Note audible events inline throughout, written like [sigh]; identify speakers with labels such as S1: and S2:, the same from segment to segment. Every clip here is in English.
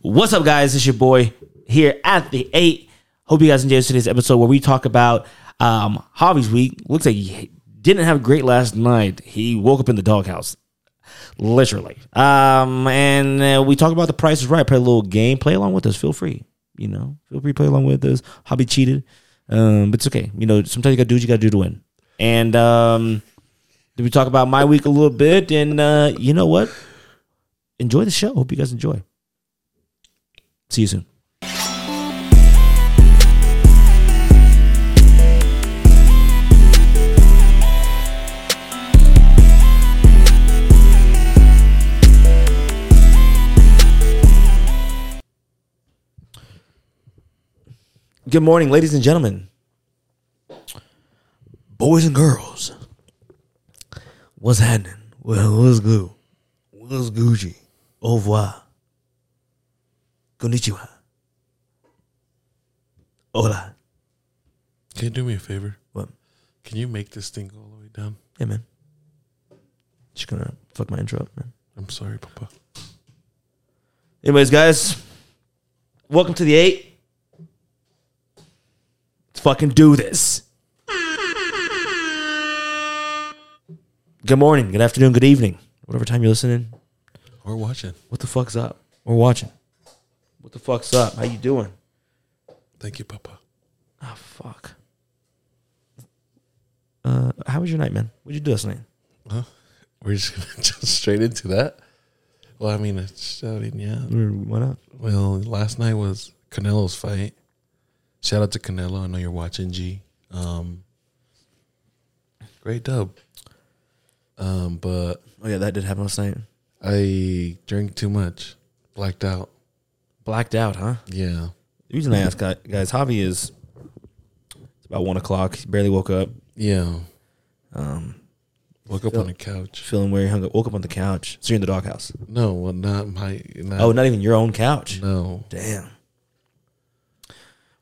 S1: What's up, guys? It's your boy here at the eight. Hope you guys enjoyed today's episode where we talk about um, Hobbies Week. Looks like he didn't have great last night. He woke up in the doghouse, literally. Um, and uh, we talk about the price is right. Play a little game. Play along with us. Feel free. You know, feel free to play along with us. Hobby cheated, um, but it's okay. You know, sometimes you got to do what you got to do to win. And um, did we talk about my week a little bit? And uh, you know what? Enjoy the show. Hope you guys enjoy. See you soon. Good morning, ladies and gentlemen, boys and girls. What's happening? Well, what's good? What's Gucci? Au revoir. Konnichiwa. Hola.
S2: Can you do me a favor?
S1: What?
S2: Can you make this thing go all the way down?
S1: Hey, man. Just gonna fuck my intro up, man.
S2: I'm sorry, Papa.
S1: Anyways, guys, welcome to the eight. Let's fucking do this. Good morning, good afternoon, good evening. Whatever time you're listening,
S2: We're watching.
S1: what the fuck's up? We're watching. What the fuck's up? How you doing?
S2: Thank you, Papa.
S1: Oh fuck. Uh, how was your night, man? What'd you do last night?
S2: Huh? We're just gonna [laughs] jump straight into that. Well, I mean, it's shouting, yeah.
S1: Why not?
S2: Well, last night was Canelo's fight. Shout out to Canelo. I know you're watching, G. Um, great dub. Um, but
S1: Oh yeah, that did happen last night.
S2: I drank too much, blacked out.
S1: Blacked out, huh?
S2: Yeah,
S1: The reason I ask guy- guys, Javi is it's about one o'clock. He barely woke up.
S2: yeah.
S1: Um,
S2: Woke up
S1: Feel-
S2: on the couch.
S1: feeling weary, hung up, woke up on the couch. So you're in the doghouse.
S2: No, well, not my. Not,
S1: Oh, not even your own couch.
S2: no.
S1: Damn.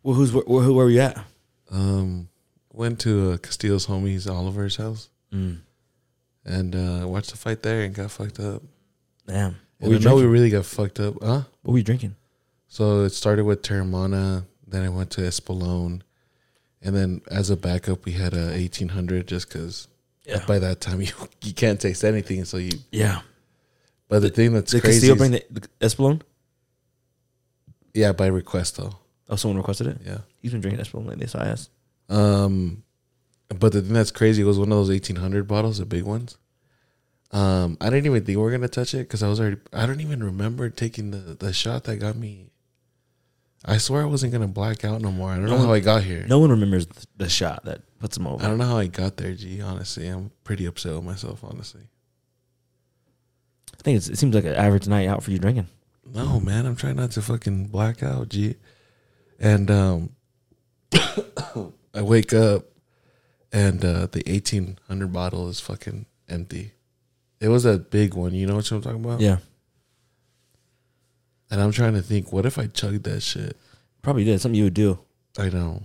S1: Well, who's where, who? Where were you at?
S2: Um, went to uh, Castillo's homies Oliver's house
S1: Mm.
S2: and uh, watched the fight there and got fucked up.
S1: Damn. What
S2: And
S1: were, you
S2: I know we
S1: drinking?
S2: really got fucked up, huh?
S1: what were you drinking?
S2: So it started with Terramana, then I went to Espolón, and then as a backup we had a eighteen hundred just because
S1: Yeah.
S2: by that time [laughs] you you can't taste anything, so you.
S1: Yeah.
S2: But the thing that's
S1: Did
S2: crazy,
S1: Castillo
S2: is,
S1: bring the, the Espolón?
S2: yeah, by request though,
S1: Oh, someone requested it.
S2: yeah.
S1: He's been drinking Espolón lately, so I asked.
S2: Um, but the thing that's crazy was one of those eighteen hundred bottles, the big ones. Um, I didn't even think we were gonna touch it because I was already. I don't even remember taking the the shot that got me. I swear I wasn't gonna black out no more. I don't know how I got here.
S1: No one remembers th- the shot that puts him over.
S2: I don't know how I got there. G, honestly, I'm pretty upset with myself. Honestly,
S1: I think it's, it seems like an average night out for you drinking.
S2: no, man, I'm trying not to fucking black out. G, and um, [coughs] I wake up, and uh, the eighteen hundred bottle is fucking empty. It was that big one. You know what I'm talking about?
S1: Yeah,
S2: And I'm trying to think, what if I chugged that shit?
S1: probably did something you would do.
S2: I know.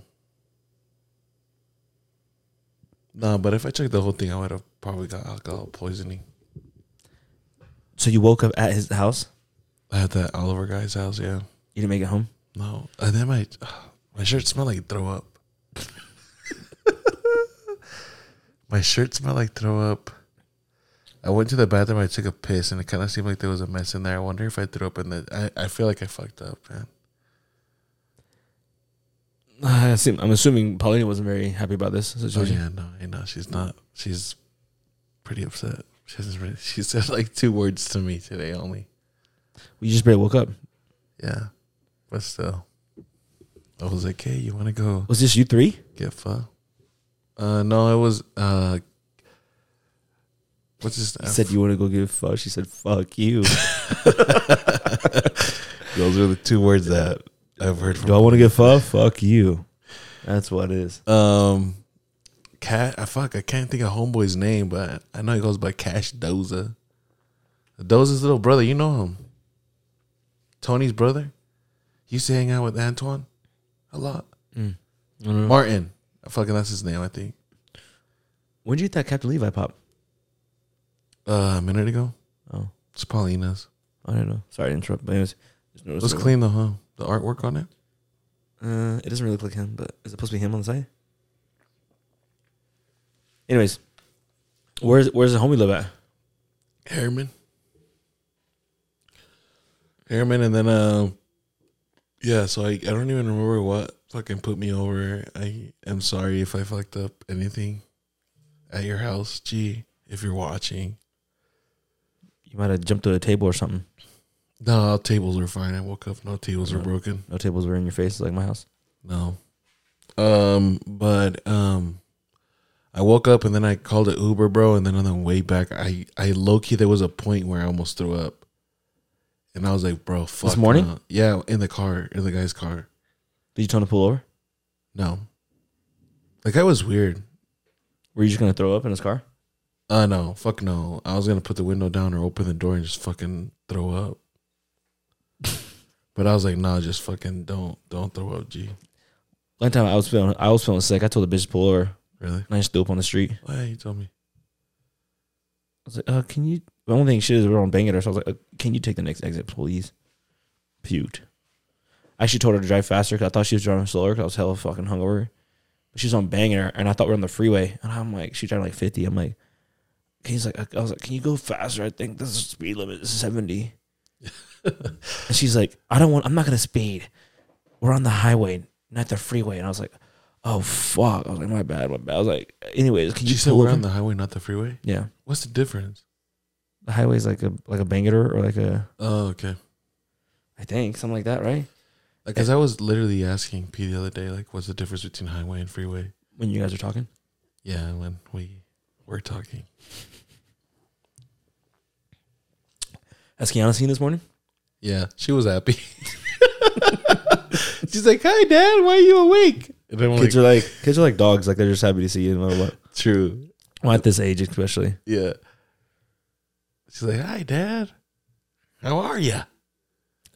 S2: No, but if I chugged the whole thing, I would have probably got alcohol poisoning.
S1: So you woke up at his house.
S2: At that Oliver guy's house, yeah.
S1: You didn't make it home.
S2: No, and then my my shirt smelled like throw up. [laughs] my shirt smelled like throw up. I went to the bathroom. I took a piss, and it kind of seemed like there was a mess in there. I wonder if I threw up in the. I, I feel like I fucked up, man.
S1: [sighs] I assume, I'm assuming Paulina wasn't very happy about this
S2: Oh
S1: situation.
S2: yeah, no, I know she's not. She's pretty upset. She hasn't really. [laughs] She said like two words to me today only.
S1: You just barely woke up.
S2: Yeah, but still, I was like, hey, you want to go?
S1: Was this you three?
S2: Get fucked. Uh, no, it was uh, what's his
S1: He
S2: name?
S1: said you want to go give fuck. She said fuck [laughs] you.
S2: [laughs] Those are the two words that I've heard
S1: Do I
S2: from.
S1: want to get fuck? Fuck you. That's what it is.
S2: Um, cat. I fuck. I can't think of homeboy's name, but I know he goes by Cash Doza. Doza's little brother. You know him. Tony's brother. He used to hang out with Antoine a lot.
S1: Hmm.
S2: Martin. Fucking that's his name, I think.
S1: When did you get that Captain Levi pop?
S2: Uh, a minute ago.
S1: Oh,
S2: It's Paulina's.
S1: I don't know. Sorry to interrupt. But anyways, There's no
S2: Let's
S1: reason-
S2: clean the huh? The artwork on it.
S1: Uh, it doesn't really look like him, but is it supposed to be him on the side?
S3: Anyways, where's where's the homie live at?
S2: Airman. Airman, and then um, yeah. So I I don't even remember what fucking put me over. I am sorry if I fucked up anything at your house. Gee, if you're watching,
S1: You might have jumped to a table or something.
S2: no tables were fine. I woke up, no tables were broken.
S1: No tables were in your face like my house.
S2: No. Um, but um I woke up and then I called it Uber, bro, and then on the way back I I low key there was a point where I almost threw up. And I was like, bro, fuck.
S3: morning?
S2: no. Yeah, in the car, in the guy's car.
S1: Did you tell him to pull over?
S2: No. The guy was weird.
S1: Were you just gonna throw up in his car?
S2: Uh no, fuck no. I was gonna put the window down or open the door and just fucking throw up. but I was like, nah, just fucking don't don't throw up, G.
S1: One time I was feeling I was feeling sick. I told the bitch to pull over, and
S2: Really?
S1: I just threw up on the street. I
S2: Why you told me?
S1: was like, uh, "Can you?" The only thing she did was wrong bang at her. So I was like, uh, "Can you take the next exit, please?" Puked. I actually told her to drive faster because I thought she was driving slower because I was hella fucking hungover. But she was on bang at her, and I thought we are on the freeway. And I'm like, she's driving like 50. I'm like, he's like, I was like, "Can you go faster? I think this is speed limit is 70." and she's like, "I don't want. I'm not gonna speed. We're on the highway, not the freeway." And I was like. Oh fuck! I was like, my bad, my bad. I was like, anyways, can
S2: She
S1: you
S2: said
S1: pull
S2: we're
S1: over?
S2: on the highway, not the freeway.
S1: Yeah,
S2: What's the difference?
S1: the highway's like a like a bangator or like a
S2: Oh, okay.
S1: I think something like that, right?
S2: Because I was literally asking P the other day, like, what's the difference between highway and freeway?
S1: When you guys are talking,
S2: Yeah, when we were talking.
S1: has Kiana seen this morning?
S2: Yeah, she was happy. [laughs] She's like, "Hi, Dad. Why are you awake?" And then I'm like,
S1: [laughs] Kids are like kids are like dogs, like they're just happy to see you no matter what.
S2: "True.
S1: Well, at this age, especially.
S2: Yeah." She's like, "Hi, Dad. How are ya?"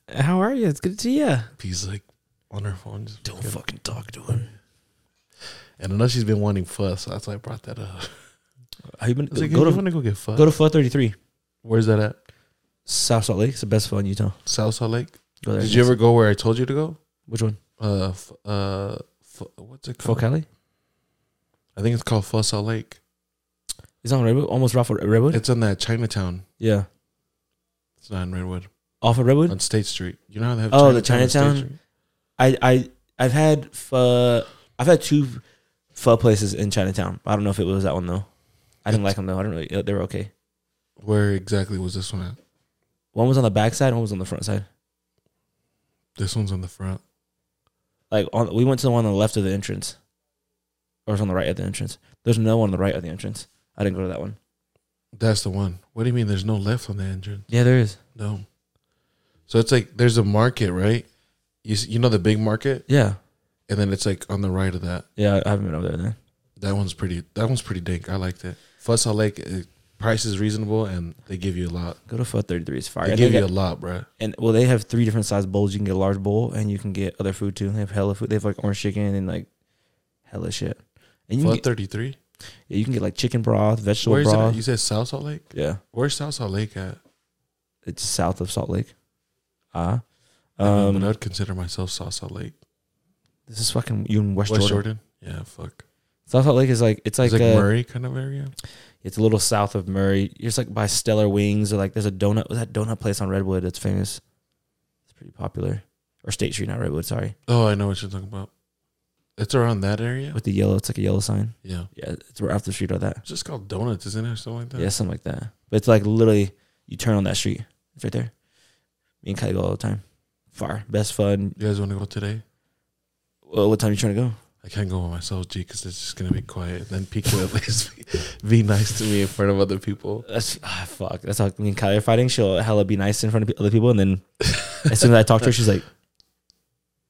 S1: How are you? It's good to see you.
S2: He's like on her phone. Just
S1: Don't fucking talk to him.
S2: and I know she's been wanting fuss, so that's why I brought that up.
S1: Have you been
S2: I was like,
S1: go
S2: hey, you
S1: to
S2: want to go get fuss?
S1: go to Flood Thirty Three,
S2: Where's that at?
S1: South Salt Lake. It's the best fun in Utah.
S2: South Salt Lake.
S1: Go there.
S2: Did you ever go where I told you to go?
S1: Which one?
S2: Uh, f- uh, f- what's it
S1: Fort
S2: called?
S1: Cali?
S2: I think it's called Fussall Lake.
S1: It's on Redwood, almost off of Redwood.
S2: It's on that Chinatown.
S1: yeah,
S2: It's not in Redwood.
S1: off of Redwood.
S2: On State Street. You know how they have
S1: Oh, the
S2: on
S1: Chinatown?
S2: State Street?
S1: I I I've had pho, I've had two pho places in Chinatown. I don't know if it was that one though. I didn't like them though. I didn't really. They were okay.
S2: Where exactly was this one at?
S1: One was on the back side. One was on the front side.
S2: This one's on the front.
S1: Like on, we went to the one on the left of the entrance, or it was on the right of the entrance. There's no one on the right of the entrance. I didn't go to that one.
S2: That's the one. What do you mean there's no left on the entrance?
S1: Yeah, there is.
S2: No. So it's like there's a market, right? You s- you know the big market,
S1: Yeah,
S2: and then it's like on the right of that.
S1: yeah. I haven't been over there then.
S2: That one's pretty. That one's pretty dank. I liked it. Fussall Lake, uh, price is reasonable, and they give you a lot.
S1: Go to Pho 33. It's fire.
S2: They
S1: And,
S2: give
S1: they
S2: you a
S1: got-
S2: lot, bruh.
S1: and well, they have three different size bowls. You can get a large bowl, and you can get other food too. They have hella food. They have like orange chicken and like hella shit. And you can
S2: Flood
S1: get-
S2: thirty three.
S1: Yeah, you can get like chicken broth, vegetable
S2: Where is it?
S1: broth.
S2: At? You said South Salt Lake.
S1: yeah,
S2: Where's South Salt Lake at?
S1: it's south of Salt Lake. Ah,
S2: Um, but
S1: um,
S2: I'd consider myself South Salt Lake.
S1: this is fucking you in West,
S2: West
S1: Jordan.
S2: Jordan. Yeah, fuck.
S1: South Salt Lake is like it's like,
S2: It's like
S1: uh,
S2: Murray kind of area.
S1: it's a little south of Murray. It's like by Stellar Wings or like there's a donut that donut place on Redwood that's famous. It's pretty popular. Or State Street, not Redwood. Sorry,
S2: Oh, I know what you're talking about. It's around that area.
S1: with the yellow, it's like a yellow sign.
S2: Yeah,
S1: Yeah, it's right off the street of that.
S2: it's just called donuts, isn't it, or something like that?
S1: Yeah, something like that. But it's like literally you turn on that street. It's right there. Me and Kylie go all the time. Far best fun.
S2: You guys want to go today?
S1: Well, what time you trying to go?
S2: I can't go by myself, G, because it's just gonna be quiet. And then Pico at least be, [laughs] be nice to me in front of other people.
S1: That's ah, fuck. That's how me and Kylie are fighting. She'll hella be nice in front of pe- other people, and then as soon as I talk to her, she's like,
S2: [laughs]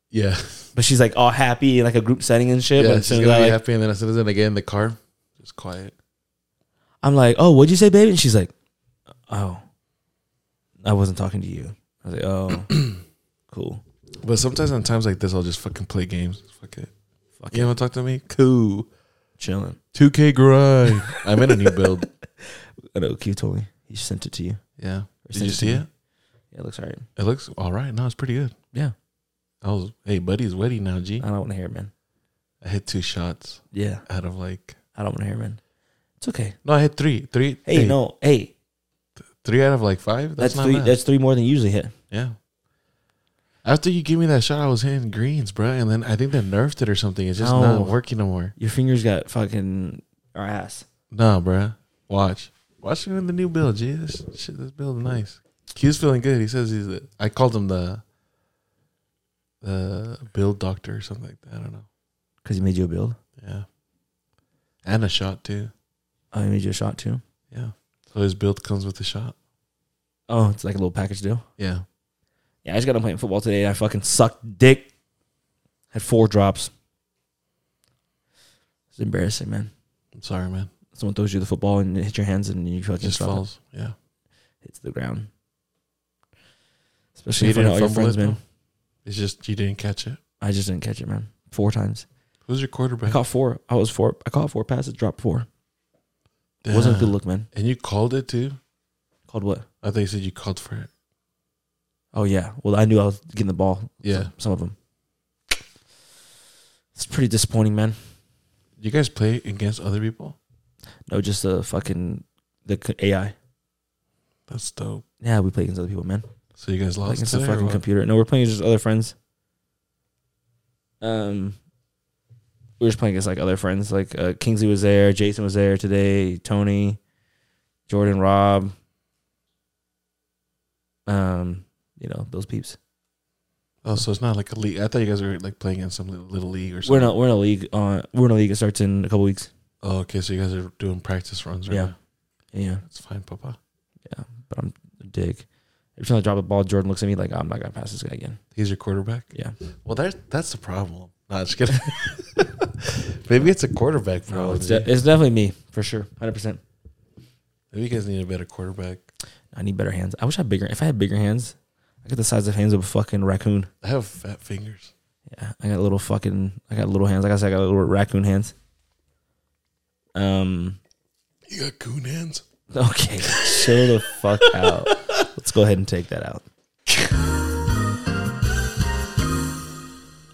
S2: Yeah,
S1: but she's like all happy in like a group setting and shit.
S2: yeah.
S1: but as
S2: she's
S1: soon
S2: gonna
S1: as
S2: be
S1: I, like,
S2: happy, and then as soon as I get in the car, just quiet.
S1: I'm like, oh, what'd you say, baby? And she's like, oh, I wasn't talking to you. I was like, oh, [clears throat] cool.
S2: But sometimes on times like this, I'll just fucking play games. Fuck it.
S1: Fuck
S2: you want to talk to me? Cool.
S1: Chilling.
S2: 2K grind. I'm
S1: [laughs]
S2: in a new build.
S1: I know Q told me he sent it to you.
S2: Yeah.
S1: Or
S2: Did
S1: sent
S2: you
S1: it to
S2: see
S1: me.
S2: it?
S1: Yeah, it looks alright.
S2: It looks all right. No, it's pretty good.
S1: Yeah.
S2: I was, hey, buddy's wedding now, G.
S1: I don't want to hear it, man.
S2: I hit two shots
S1: Mm-hmm. Yeah,
S2: out of like,
S1: I don't want to hear it, man. It's okay.
S2: no, I hit three. Three.
S1: Hey, no, hey,
S2: Three out of like five?
S1: that's, three.
S2: bad.
S1: That's three more than you usually hit.
S2: Yeah. After you give me that shot, I was hitting greens, bro. And then I think they nerfed it or something. It's just
S1: No.
S2: not working no more.
S1: Your fingers got fucking our ass.
S2: Nah, bro. Watch. Watch it in the new build, G. This shit, this build is nice. Q's feeling good. He says he's. The, I called him the the build doctor or something like that. I don't know.
S1: Because he made you a build.
S2: Yeah. And a shot too.
S1: Oh, he made you a shot too.
S2: Yeah. So his build comes with a shot.
S1: Oh, it's like a little package deal.
S2: Yeah.
S1: Yeah, I just got done playing football today. And I fucking sucked dick. Had four drops. It's embarrassing, man.
S2: I'm sorry, man.
S1: Someone throws you the football and it hits your hands and you
S2: It
S1: fucking
S2: just
S1: drop it.
S2: falls. Yeah.
S1: hits the ground.
S2: So
S1: Especially
S2: you
S1: in front of
S2: didn't
S1: all your
S2: fumble
S1: friends,
S2: it.
S1: man.
S2: though? It's just you didn't catch it.
S1: I just didn't catch it, man. Four times.
S2: Who's your
S1: I
S2: quarterback?
S1: caught four. I was four. I caught four passes, dropped four. It Wasn't a good
S2: Damn.
S1: look, man.
S2: And you called it too?
S1: Called what?
S2: I thought you said you called for it.
S1: Oh yeah. Well, I knew I was getting the ball.
S2: Yeah.
S1: Some, some of them. It's pretty disappointing, man.
S2: You guys play against other people?
S1: No, just the fucking the c- AI.
S2: That's dope.
S1: Yeah, we play against other people, man.
S2: So you guys
S1: Like
S2: lost
S1: against the
S2: today or
S1: fucking
S2: what?
S1: computer. No, we're playing against other friends. Um, we were just playing against like other friends. Like uh, Kingsley was there, Jason was there today, Tony, Jordan, Rob. Um, you know those peeps.
S2: Oh, so it's not like a league. I thought you guys were like playing in some little, little league or
S1: We're in
S2: something.
S1: a, we're in a league on we're in a league that starts in a couple weeks.
S2: Oh, okay. So you guys are doing practice runs right
S1: Yeah.
S2: now.
S1: Yeah,
S2: That's fine, Papa.
S1: yeah. But I'm a dick. Every time I drop a ball, Jordan looks at me like I'm not gonna pass this guy again.
S2: He's your quarterback?
S1: Yeah.
S2: Well, that's, that's the problem. Nah, just kidding. [laughs] Maybe it's a quarterback
S1: No,
S2: problem.
S1: it's, de- it's definitely me for sure, hundred percent.
S2: Maybe you guys need a better quarterback.
S1: I need better hands. I wish I had bigger. If I had bigger hands, I got the size of hands of a fucking raccoon.
S2: I have fat fingers.
S1: Yeah, I got little fucking. I got little hands. Like I said, I got little raccoon hands. Um. [laughs]
S2: You got coon hands?
S1: Okay. chill the fuck out. Let's go ahead and take that out.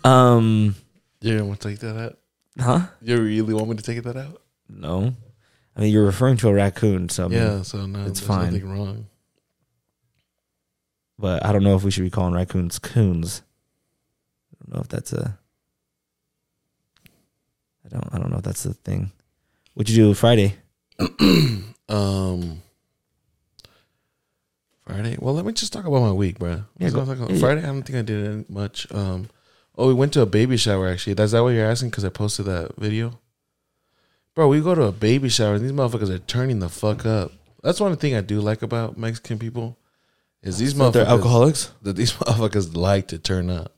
S1: Um.
S2: You want to take that out?
S1: Huh?
S2: You really want me to take that out?
S1: No. I mean, you're referring to a raccoon, so I mean,
S2: yeah, so no,
S1: it's
S2: there's
S1: fine.
S2: nothing wrong.
S1: But I don't know if we should be calling raccoons coons. I don't know if that's a. I don't. I don't know if that's the thing. What'd you do Friday?
S2: Um, Friday. Well, let me just talk about my week, bro.
S1: Yeah, go- yeah, yeah.
S2: Friday. I don't think I did any- much. Um, oh, we went to a baby shower. Actually, that's that what you're asking? Because I posted that video, bro. We go to a baby shower. and These motherfuckers are turning the fuck up. That's one thing I do like about Mexican people is these motherfuckers.
S1: They're alcoholics.
S2: That these [laughs] motherfuckers like to turn up.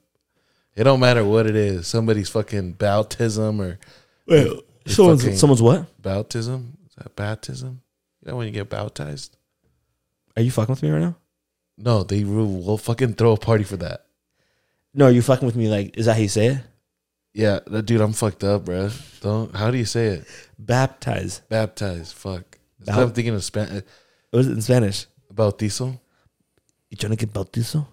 S2: It don't matter what it is. Somebody's fucking baptism or
S1: someone's
S2: fucking-
S1: someone's what?
S2: baptism. Is that baptism? You know when you get baptized.
S1: Are you fucking with me right now?
S2: No, they will will fucking throw a party for that.
S1: No, are you fucking with me? Like, is that how you say it?
S2: Yeah, that dude, I'm fucked up, bro. Don't. How do you say it?
S1: Baptize.
S2: Baptized. Fuck. Instead,
S1: Bau-
S2: I'm thinking of Spanish.
S1: What is it in Spanish?
S2: Bautizo.
S1: You trying to get bautizo?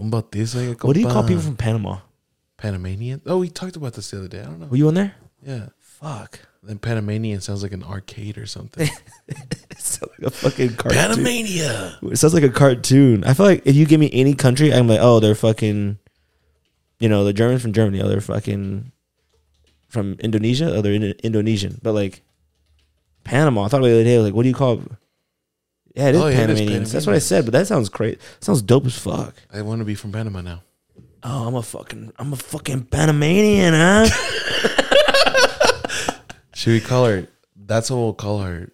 S2: Un bautizo.
S1: What do you call
S2: compa.
S1: people from Panama?
S2: Panamanian? Oh, we talked about this the other day. I don't know.
S1: Were you on there?
S2: Yeah.
S1: Fuck.
S2: Then Panamanian sounds like an arcade
S1: [laughs]
S2: or something.
S1: [laughs] It sounds like a fucking cartoon.
S2: Panamania.
S1: It sounds like a cartoon. I feel like if you give me any country, I'm like, oh, they're fucking, you know, the Germans from Germany, oh, they're fucking from Indonesia, oh, they're Indo- Indonesian. But like Panama, I thought about it the other day, like, what do you call? Yeah, it is
S2: Oh, yeah, it is
S1: Panamanians. That's what I said, but that sounds great. Sounds dope as fuck.
S2: I want to be from Panama now.
S1: Oh, I'm a fucking, I'm a fucking Panamanian, huh?
S2: Should we call her? That's what we'll call her.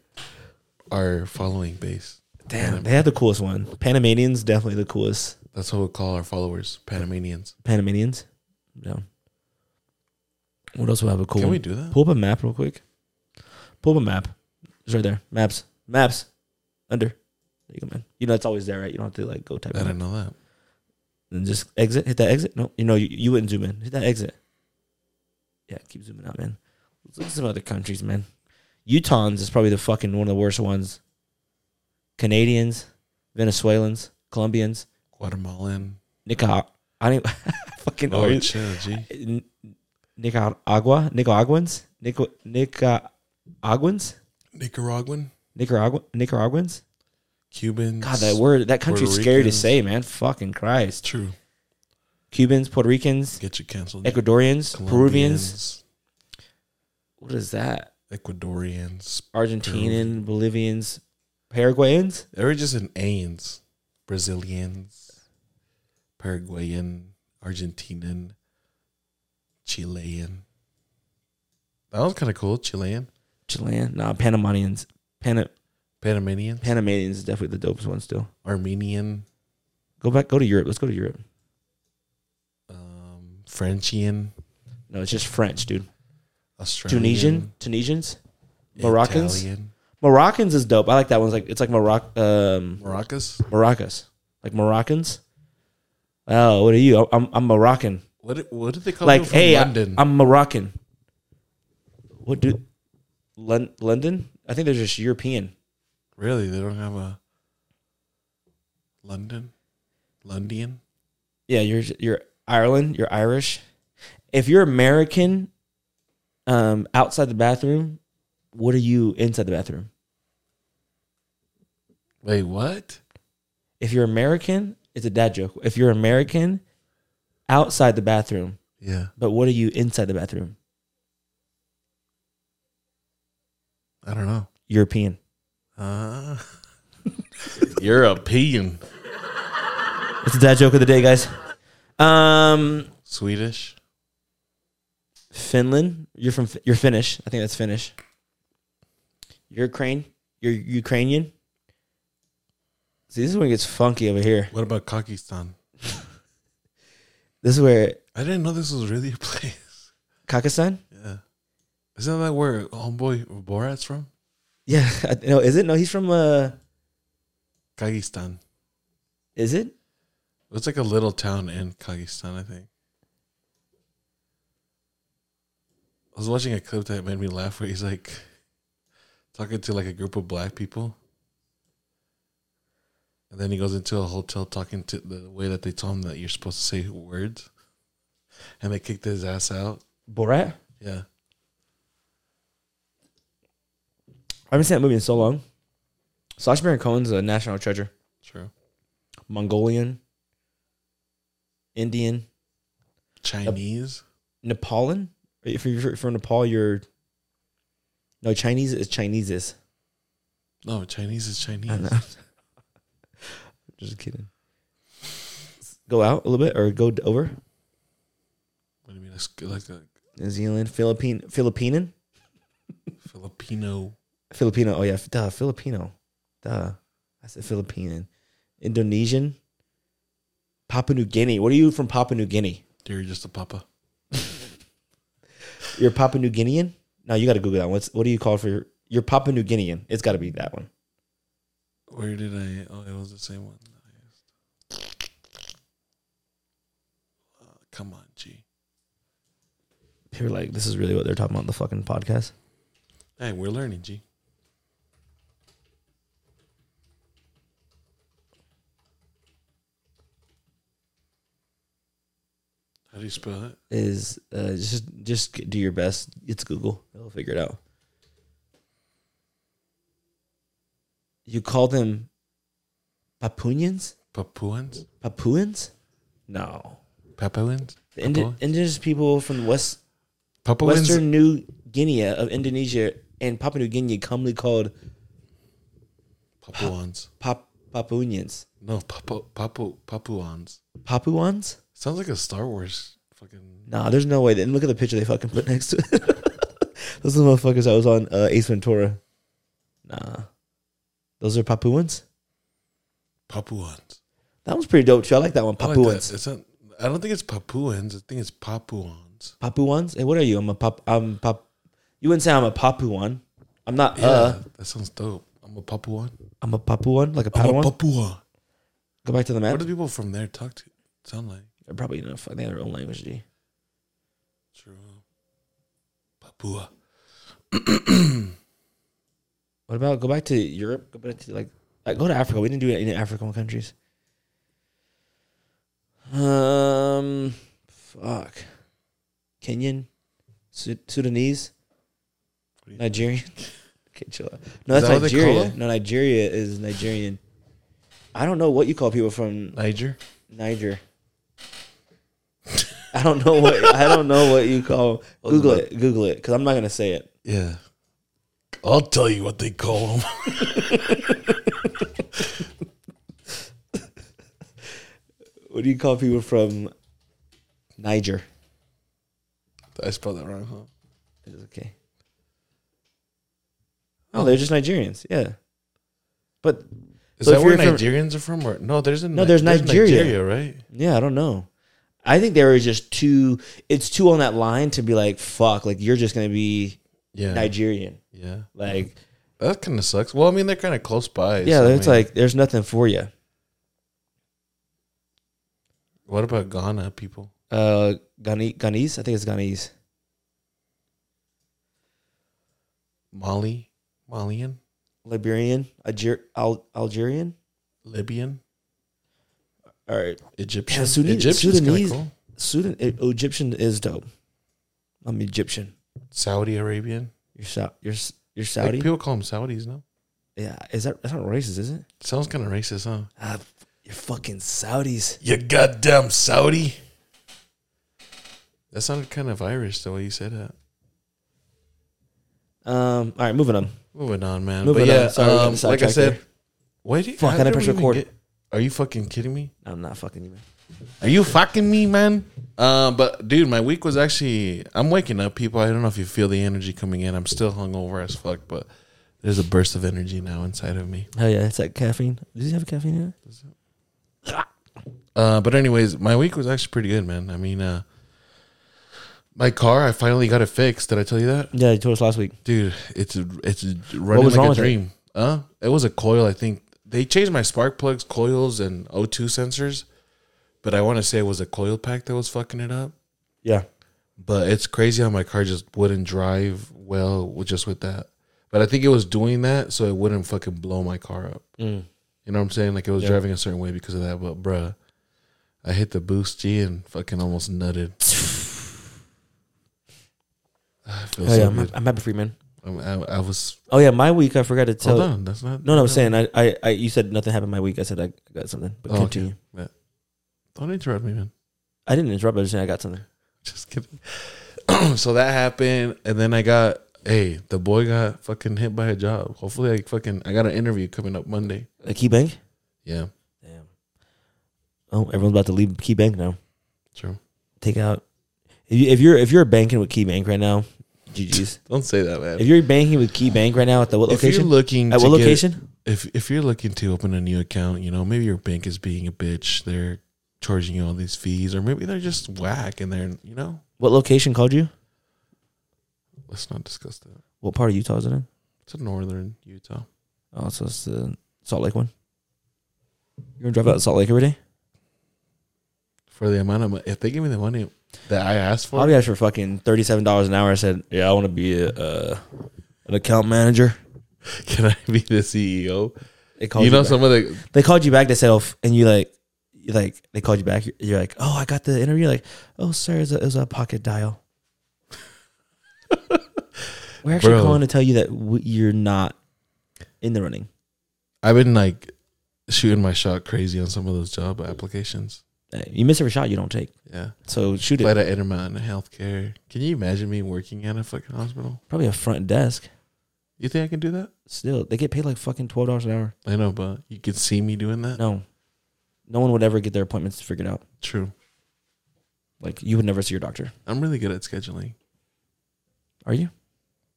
S2: Our following base.
S1: [laughs] Damn, they had the coolest one. Panamanians definitely the coolest.
S2: That's what we'll call our followers. Panamanians.
S1: Panamanians. Yeah. What else would have a cool?
S2: Can
S1: one?
S2: we do that?
S1: Pull up a map real quick. Pull up a map. It's right there. Maps. Maps. Under. There you go, man. You know it's always there, right? You don't have to like go type
S2: I
S1: it.
S2: didn't
S1: in.
S2: know that.
S1: And just exit. Hit that exit. No, you know you, you wouldn't zoom in. Hit that exit. Yeah, keep zooming out, man. Let's look at some other countries, man. Utahns is probably the fucking one of the worst ones. Canadians, Venezuelans, Colombians,
S2: Guatemalan.
S1: Nicaragua. I don't even, [laughs] fucking know.
S2: Oh, chill, G.
S1: N- Nicaragua, Nicaraguans, Nicar- Nicaraguans,
S2: Nicaraguan,
S1: Nicaragua, Nicaraguans.
S2: Cubans.
S1: God, that word, that country's
S2: Puerto
S1: scary to
S2: Ricans.
S1: say, man. Fucking Christ.
S2: True.
S1: Cubans, Puerto Ricans,
S2: Get you canceled.
S1: Ecuadorians, Peruvians.
S2: Colombians,
S1: What is that?
S2: Ecuadorians.
S1: Argentinian, Bolivians, Paraguayans.
S2: They were just an Ains. Brazilians, Paraguayan, Argentinian, Chilean. That was kind of cool. Chilean,
S1: Chilean, nah, Panamanians, Pan-
S2: Panamanian,
S1: Panamanians is definitely the dopest one. Still,
S2: Armenian,
S1: go back, go to Europe. Let's go to Europe.
S2: um, Frenchian,
S1: No, it's just French, dude.
S2: Australian,
S1: Tunisian, Tunisians, Moroccans?
S2: Italian.
S1: Moroccans is dope. I like that one. It's like it's like Morocco, um,
S2: Moroccans.
S1: Moroccas, like Moroccans. Oh, what are you? I'm I'm Moroccan.
S2: What what did they call
S1: Like,
S2: people from
S1: hey, I,
S2: London?
S1: am Moroccan. What do? Lon- London? I think they're just European.
S2: really, they don't have a London, Lundian.
S1: Yeah, you're you're Ireland. You're Irish. If you're American, um, outside the bathroom, what are you inside the bathroom?
S2: Wait, what?
S1: If you're American, it's a dad joke. If you're American, outside the bathroom,
S2: Yeah,
S1: but what are you inside the bathroom?
S2: I don't know.
S1: European.
S2: Uh, European,
S1: It's a dad joke of the day, guys. Um,
S2: Swedish.
S1: Finland. You're from. You're Finnish. I think that's Finnish. You're Ukraine. You're Ukrainian. See, this is when it gets funky over here.
S2: What about Kakistan?
S1: This is where
S2: I didn't know this was really a [laughs] place.
S1: Kakistan.
S2: Yeah, isn't that where homeboy Borat's from?
S1: Yeah. [laughs] I- No, is it? No, he's from. Uh,
S2: Kakistan.
S1: is it?
S2: It's like a little town in Kazakhstan, I think. I was watching a clip that made me laugh where he's like talking to like a group of black people. And then he goes into a hotel talking to the way that they tell him that you're supposed to say words. And they kicked his ass out.
S1: Borat.
S2: Yeah.
S1: I haven't seen that movie in so long. Sacha Baron Cohen's a national treasure.
S2: True.
S1: Mongolian, Indian,
S2: Chinese.
S1: Nepalan. If you're from Nepal, you're no Chinese is Chinese is.
S2: No, Chinese is Chinese.
S1: I know. [laughs] Just kidding. Go out a little bit or go d- over
S2: What do you mean? It's like a
S1: New Zealand, Philippine, Filipinian,
S2: Filipino.
S1: Filipino. Oh yeah, f- duh, Filipino. Duh, I said Filipinian, Indonesian, Papua New Guinea. What are you from Papua New Guinea?
S2: You're just a papa.
S1: You're Papua New Guinean. No, you got to Google that one. What's, what do you call for your? You're Papua New Guinean. It's got to be that one.
S2: Where did I? Oh, it was the same one. I used. Uh, come on, G.
S1: People are like, this is really what they're talking about on the fucking podcast.
S2: Hey, we're learning, G. How do you spell it?
S1: Is uh, just just do your best. It's Google. They'll figure it out. You call them Papuans?
S2: Papuans?
S1: Papuans? No.
S2: Papuans?
S1: The Indi-
S2: Papua-
S1: indigenous people from the west
S2: Papuans?
S1: Western New Guinea uh, of Indonesia and Papua New Guinea, commonly called
S2: Papuans.
S1: Pap- Papuans.
S2: No, Papu, Papu, Papuans.
S1: Papuans?
S2: Sounds like a Star Wars fucking.
S1: Nah, there's no way. And look at the picture they fucking put [laughs] next to it. Those are the motherfuckers I was on uh, Ace Ventura. Nah. Those are Papuans?
S2: Papuans.
S1: That one's pretty dope too. I like that one.
S2: I like that.
S1: Papuans.
S2: It's not, I don't think it's Papuans. I think it's Papuans.
S1: Papuans? Hey, what are you? I'm a pap. I'm pap. You wouldn't say I'm a Papuan. I'm not.
S2: Yeah,
S1: Uh,
S2: that sounds dope. I'm a Papuan.
S1: I'm a Papuan, like a
S2: I'm
S1: Padawan.
S2: a Papua.
S1: Go back to the
S2: What
S1: map.
S2: do people from there talk to? Sound like
S1: They're probably gonna fuck- They have their own language. G.
S2: true. Papua.
S1: What about go back to Europe? Go back to like, like go to Africa. We didn't do any African countries. Um, fuck. Kenyan, Su- Sudanese, Nigerian. [laughs] okay, chill out. No,
S2: Is
S1: that's
S2: that what they call
S1: Nigeria.
S2: them?
S1: No, Nigeria is Nigerian. I don't know what you call people from
S2: Niger. [laughs]
S1: Niger. I don't know what I don't know what you call. Google it. Google it, because I'm not gonna say it.
S2: Yeah. I'll tell you what they call them.
S1: What do you call people from Niger?
S2: [laughs] I spelled that wrong, huh?
S1: It is okay. Oh, they're just Nigerians. Yeah. But
S2: Is
S1: So
S2: that
S1: if
S2: where
S1: you're from-
S2: Nigerians are from? Or no, there's a
S1: No, there's Nigeria.
S2: right?
S1: yeah, I don't know. I think there is just too it's too on that line to be like, fuck, like you're just gonna be
S2: Yeah,
S1: Nigerian.
S2: yeah.
S1: Like
S2: That kind of sucks. Well, I mean, they're kind of close by.
S1: Yeah,
S2: so, I
S1: it's
S2: mean,
S1: like there's nothing for you.
S2: what about Ghana people?
S1: Uh Ghani Ghanese? I think it's Ghanese.
S2: Mali, Malian,
S1: Liberian, Alger, Al, Algerian?
S2: Libyan,
S1: All right.
S2: Egyptian,
S1: Yeah, Sudan-
S2: Egyptian's kinda
S1: Sudanese.
S2: cool.
S1: Sudan eh, Egyptian is dope. I'm Egyptian.
S2: Saudi Arabian.
S1: You're Sa- you're S- you're
S2: Like,
S1: Saudi?
S2: people call them Saudis. No,
S1: yeah. Is that that's not racist, is it?
S2: sounds kind of racist, huh?
S1: Ah, you're fucking Saudis.
S2: You goddamn Saudi. That sounded kind of Irish the way you said that.
S1: Um. All right, moving on.
S2: Moving on, man.
S1: Moving
S2: but yeah,
S1: on. Sorry, we got
S2: um, like I
S1: sidetracked
S2: said,
S1: there.
S2: why do you,
S1: Fuck,
S2: how
S1: I didn't
S2: did
S1: press
S2: we even
S1: record.
S2: get- are you fucking kidding me?
S1: I'm not fucking you, man.
S2: Are you fucking me, man? Uh, but dude, my week was actually. I'm waking up, people. I don't know if you feel the energy coming in. I'm still hungover as fuck, but there's a burst of energy now inside of me.
S1: Hell yeah, that's that caffeine. Does he have caffeine in it?
S2: Uh, but anyways, my week was actually pretty good, man. I mean, uh, my car, I finally got it fixed. Did I tell you that,
S1: Yeah, you told us last week.
S2: dude? It's it's running
S1: was
S2: like
S1: wrong
S2: a
S1: with it?
S2: dream. Huh? It was a coil. I think they changed my spark plugs, coils, and O2 sensors. But I want to say it was a coil pack that was fucking it up.
S1: Yeah.
S2: But it's crazy how my car just wouldn't drive well with- just with that. But I think it was doing that so it wouldn't fucking blow my car up.
S1: Mm.
S2: You know what I'm saying? Like it was driving a certain way because of that. But bruh, I hit the boost G and fucking almost nutted. [sighs] I feel
S1: Hell
S2: so
S1: yeah, I'm,
S2: good.
S1: I'm happy for you, man.
S2: I'm, I, I was
S1: Oh yeah, my week. I forgot to tell.
S2: hold on. That's not
S1: No, no, I'm saying I, I, I, you said nothing happened my week. I said I got something, but
S2: Oh, okay.
S1: continue.
S2: Yeah. Don't interrupt me, man. [clears throat]
S1: I didn't interrupt. I just said I got something.
S2: Just kidding. so that happened, and then I got hey, the boy got fucking hit by a job. Hopefully, I fucking I got an interview coming up Monday.
S1: A key bank.
S2: Yeah,
S1: Damn. Oh, everyone's about to leave key bank now.
S2: true.
S1: Take out. If, you, if you're if you're banking with key bank right now, [laughs] GG's.
S2: Don't say that, man.
S1: if you're banking with key bank right now at the what
S2: If you're
S1: location?
S2: looking
S1: At
S2: to
S1: what
S2: get-
S1: location?
S2: if if you're looking to open a new account, you know maybe your bank is being a bitch. They're charging you all these fees, or maybe they're just whack and they're you know.
S1: What location called you?
S2: Let's not discuss that.
S1: What part of Utah is it in?
S2: It's a northern Utah.
S1: Oh, so it's the Salt Lake one. You're gonna drive out to Salt Lake every day?
S2: For the amount of money, if they give me the money that I asked for,
S1: Probably asked for fucking thirty-seven dollars an hour. I said, "Yeah, I want to be a, uh, an account manager."
S2: [laughs] can I be the CEO?
S1: They called
S2: You
S1: you.
S2: know,
S1: back.
S2: some of the
S1: they called you back. They said, "Oh," f- and you like, you like, they called you back. You're, you're like, "Oh, I got the interview." You're like, "Oh, sir, it was a, it was a pocket [laughs] dial." We're actually
S2: Bro.
S1: calling to tell you that w- you're not in the running.
S2: I've been like shooting my shot crazy on some of those job applications.
S1: Uh, You miss every shot you don't take,
S2: Yeah.
S1: so shoot it.
S2: Played at Intermountain Healthcare. Can you imagine me working at a fucking hospital?
S1: Probably a front desk.
S2: You think I can do that?
S1: Still, they get paid like fucking twelve dollars an hour.
S2: I know, but you could see me doing that.
S1: No. No one would ever get their appointments figured out.
S2: True.
S1: Like you would never see your doctor.
S2: I'm really good at scheduling.
S1: Are you?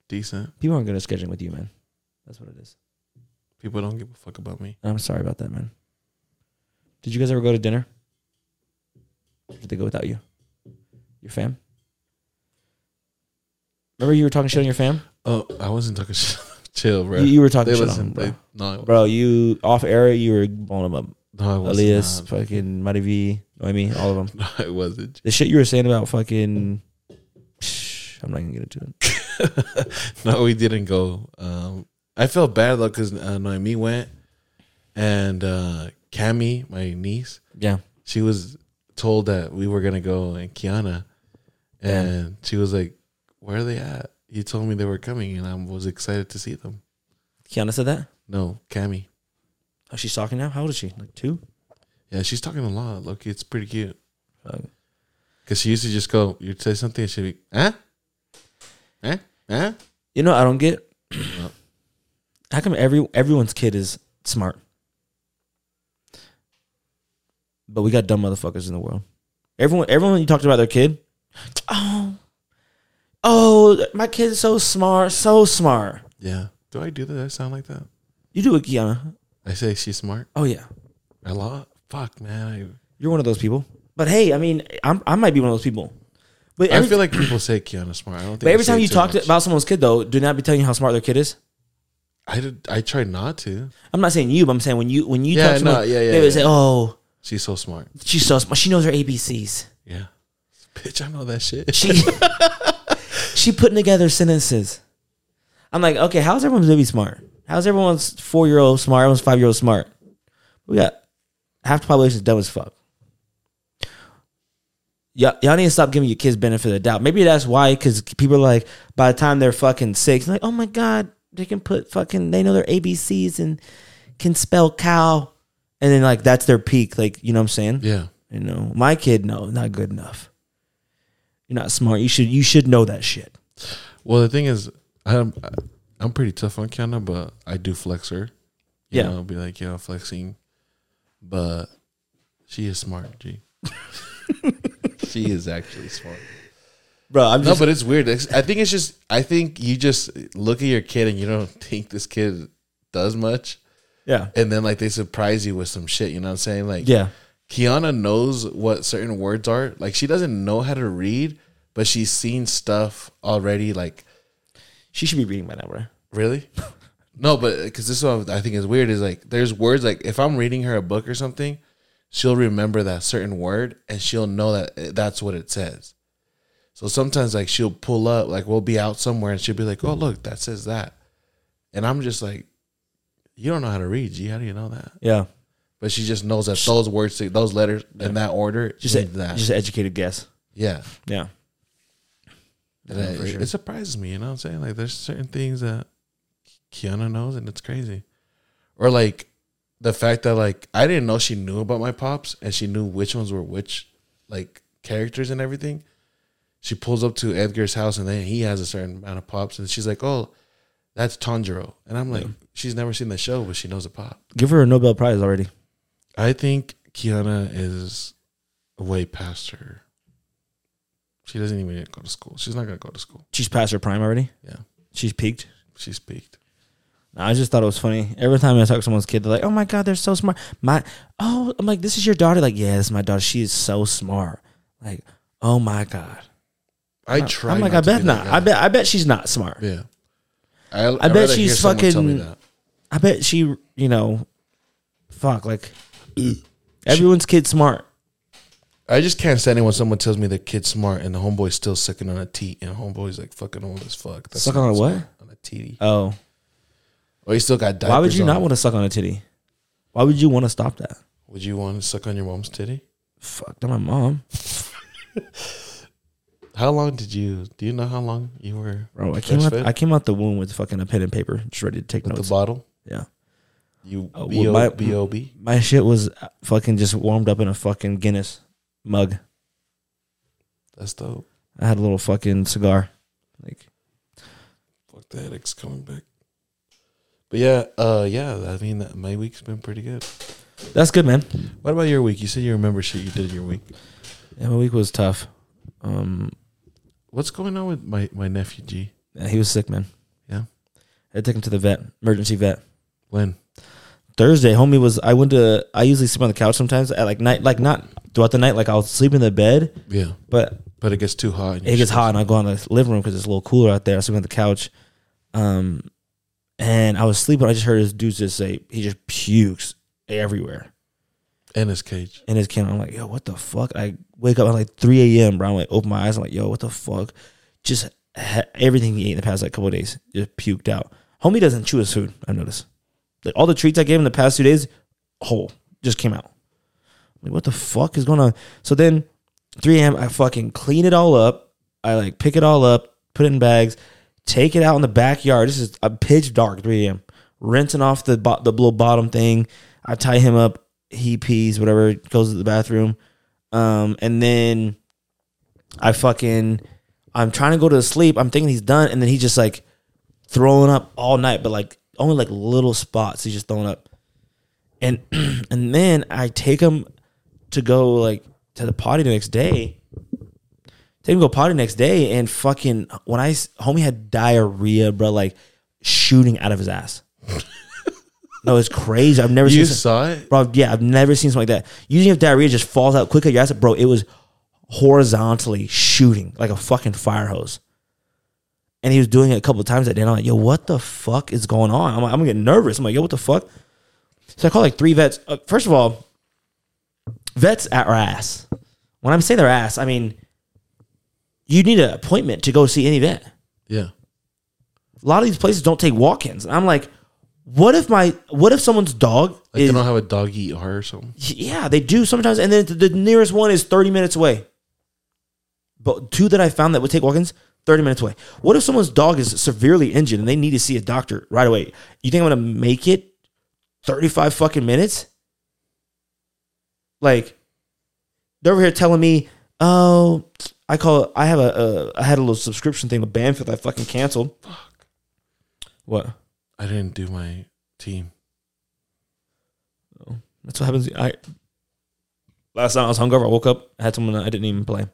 S2: Decent.
S1: People aren't good at scheduling with you, man. That's what it is.
S2: People don't give a fuck about me.
S1: And I'm sorry about that, man. Did you guys ever go to dinner? Or did they go without you? Your fam? Remember you were talking shit on your fam?
S2: Oh, I wasn't talking shit. [laughs] Chill, bro.
S1: You, you were talking
S2: they
S1: shit
S2: listen.
S1: on bro.
S2: They, no,
S1: bro, you off air, you were blowing them
S2: no, I
S1: up.
S2: wasn't.
S1: Elias,
S2: Nah,
S1: fucking Mighty V, Noemi, all of them.
S2: [laughs] No, I wasn't.
S1: The shit you were saying about fucking I'm not gonna get into it.
S2: No, we didn't go. Um, I felt bad though because uh, Noemi went and uh, Cammy, my niece,
S1: Yeah.
S2: she was told that we were gonna go and Kiana, and she was like, "Where are they at?" He told me they were coming, and I was excited to see them.
S1: Kiana said that.
S2: No, Cammy.
S1: Oh, she's talking now. How old is she? Like two.
S2: Yeah, she's talking a lot. Look, it's pretty cute.
S1: Fuck.
S2: Cause she used to just go, you'd say something, and she'd be, "Huh, huh, huh."
S1: You know, what I don't get. How come every everyone's kid is smart, but we got dumb motherfuckers in the world. Everyone, everyone you talked about their kid. Oh, oh, my kid's so smart, so smart.
S2: Yeah. Do I do that? Do I sound like that?
S1: You do it, Kiana.
S2: I say she's smart
S1: Oh yeah,
S2: a lot. Fuck, man.
S1: you're one of those people. But hey, I mean, I'm, I might be one of those people. But
S2: I,
S1: every,
S2: I feel like people say Kiana's smart. I don't think.
S1: but
S2: I
S1: every
S2: say
S1: time
S2: it
S1: you
S2: too
S1: talk to-
S2: much.
S1: about someone's kid, though, do not be telling you how smart their kid is.
S2: I did. I tried not to.
S1: I'm not saying you, but I'm saying when you when you
S2: Yeah,
S1: talk to someone,
S2: no, yeah, yeah,
S1: they would
S2: yeah.
S1: say, "Oh,
S2: She's so smart.
S1: she's so smart. She knows her ABCs.
S2: Yeah. Bitch, I know that shit.
S1: She she putting together sentences." I'm like, okay, how's everyone's baby smart? How's everyone's four year old smart? Everyone's five year old smart? We got half the population is dumb as fuck. Yeah, y'all need to stop giving your kids benefit of the doubt. Maybe that's why, because people are like, by the time they're fucking six, like, oh my god, they can put fucking, they know their ABCs and can spell cow, and then like that's their peak. Like, you know what I'm saying?
S2: [laughs] yeah.
S1: You know, my kid, no, not good enough. You're not smart. You should, you should know that shit.
S2: Well, the thing is, I'm I'm pretty tough on Kiana, but I do flex her. You
S1: Yeah.
S2: know, be like, yeah, I'm flexing, but she is smart, G. [laughs] she is actually smart.
S1: Bro, I'm
S2: No, but it's weird. It's- I think it's just. I think you just look at your kid and you don't [laughs] think this kid does much,
S1: yeah,
S2: and then like they surprise you with some shit. You know what I'm saying? Like,
S1: yeah,
S2: Kiana knows what certain words are. Like, she doesn't know how to read, but she's seen stuff already. Like,
S1: she should be reading by now, bro.
S2: Really? [laughs] No, but because this is what I think is weird is like there's words like if I'm reading her a book or something, she'll remember that certain word and she'll know that eh, that's what it says. So sometimes like she'll pull up like we'll be out somewhere and she'll be like, "Oh look, that says that," and I'm just like, "You don't know how to read, G? How do you know that?"
S1: Yeah,
S2: But she just knows that those words, those letters in that order,
S1: just a,
S2: mean that,
S1: just an educated guess.
S2: yeah.
S1: Yeah.
S2: And it, it surprises me, you know what I'm saying? Like there's certain things that Kiana knows and it's crazy. Or like the fact that like I didn't know she knew about my pops and she knew which ones were which like characters and everything. She pulls up to Edgar's house and then he has a certain amount of pops and she's like, Oh, that's Tanjiro. And I'm like, she's never seen the show, but she knows a pop.
S1: Give her a Nobel Prize already.
S2: I think Kiana is way past her. She doesn't even go to school. She's not gonna go to school.
S1: She's past her prime already.
S2: Yeah.
S1: She's peaked.
S2: She's peaked.
S1: I just thought it was funny. Every time I talk to someone's kid, they're like, "Oh my god, they're so smart." My oh, I'm like, "This is your daughter?" Like, "Yeah, this is my daughter. She is so smart." Like, "Oh my god."
S2: I try.
S1: I'm like, "I
S2: not to
S1: bet
S2: be that
S1: not. I
S2: guy.
S1: bet I bet she's not smart.
S2: Yeah. I, I
S1: bet she's
S2: Tell me
S1: fucking-
S2: that.
S1: I bet she, you know, fuck
S2: [clears throat]
S1: like everyone's kid's smart."
S2: I just can't stand it when someone tells me their kid's smart and the homeboy's still sucking on a T and homeboy's like fucking old as fuck. That's
S1: Suck on
S2: not
S1: a what?
S2: smart. On a titty.
S1: Oh,
S2: Or you still got diapers
S1: why would you not
S2: on.
S1: want to suck on a titty? Why would you want to stop that?
S2: Would you want to suck on your mom's titty?
S1: Fuck, not my mom,
S2: How long did you? Do you know how long you were
S1: bro. I came out.
S2: Breastfed?
S1: I came out the womb with fucking a pen and paper, just ready to take
S2: with
S1: notes.
S2: the bottle?
S1: yeah.
S2: You
S1: Oh,
S2: B
S1: well, my-
S2: O B O B.
S1: My shit was uh, fucking just warmed up in a fucking Guinness mug.
S2: That's dope.
S1: I had a little fucking cigar. Like,
S2: Fuck the headaches coming back. But yeah, uh, yeah. I mean, my week's been pretty good.
S1: that's good, man.
S2: What about your week? You said you remember shit you did your week.
S1: Yeah, my week was tough. Um,
S2: What's going on with my my nephew G?
S1: yeah, he was sick, man.
S2: Yeah.
S1: I took him to the vet, emergency vet.
S2: When?
S1: Thursday, homie was. I went to. I usually sleep on the couch sometimes at like night, like not throughout the night. Like I'll sleep in the bed,
S2: Yeah,
S1: but
S2: but it gets too hot. and you
S1: it gets
S2: should-
S1: hot and I go on the living room because it's a little cooler out there. I sleep on the couch. Um, and I was sleeping. I just heard this dude just say he just pukes everywhere.
S2: And his cage.
S1: in his camera. I'm like, yo, what the fuck? I wake up at like 3 a.m., bro. I'm like, open my eyes. I'm like, yo, what the fuck? Just ha- everything he ate in the past like couple of days just puked out. Homie doesn't chew his food. I noticed. Like all the treats I gave him the past two days, whole just came out. like, what the fuck is going on? So then 3 a.m. I fucking clean it all up. I like pick it all up, put it in bags, take it out in the backyard. This is a pitch dark 3 a.m. Rinsing off the bo- the little bottom thing. I tie him up. He pees, whatever. Goes to the bathroom, um, and then I fucking I'm trying to go to sleep. I'm thinking he's done, and then he's just like throwing up all night, but like only like little spots. He's just throwing up, and [clears throat] and then I take him to go like to the potty the next day. Take him to go potty next day, and fucking when I s- homie had diarrhea, bro, like shooting out of his ass. [laughs] no, it's crazy. I've never
S2: You
S1: seen.
S2: saw it?
S1: Bro, yeah, I've never seen something like that. Usually, if diarrhea just falls out quicker, your ass, bro, it was horizontally shooting like a fucking fire hose. And he was doing it a couple of times that day. And I'm like, yo, what the fuck is going on? I'm, like, I'm gonna get nervous. I'm like, yo, what the fuck? So I called like three vets. Uh, first of all, vets at our ass. When I'm saying their ass, I mean, you need an appointment to go see any vet
S2: Yeah.
S1: a lot of these places don't take walk-ins. And I'm like, what if my what if someone's dog
S2: Like
S1: is
S2: they don't have a doggy ER or something.
S1: yeah, they do sometimes and then the the nearest one is 30 minutes away. But two that I found that would take walk-ins 30 minutes away. What if someone's dog is severely injured and they need to see a doctor right away? You think I'm going to make it 35 fucking minutes? Like they're over here telling me, "Oh, I call I have a, a I had a little subscription thing with Banfield I fucking canceled." Fuck. What?
S2: I didn't do my team.
S1: That's what happens. I last night I was hungover. I woke up, had someone that I didn't even play,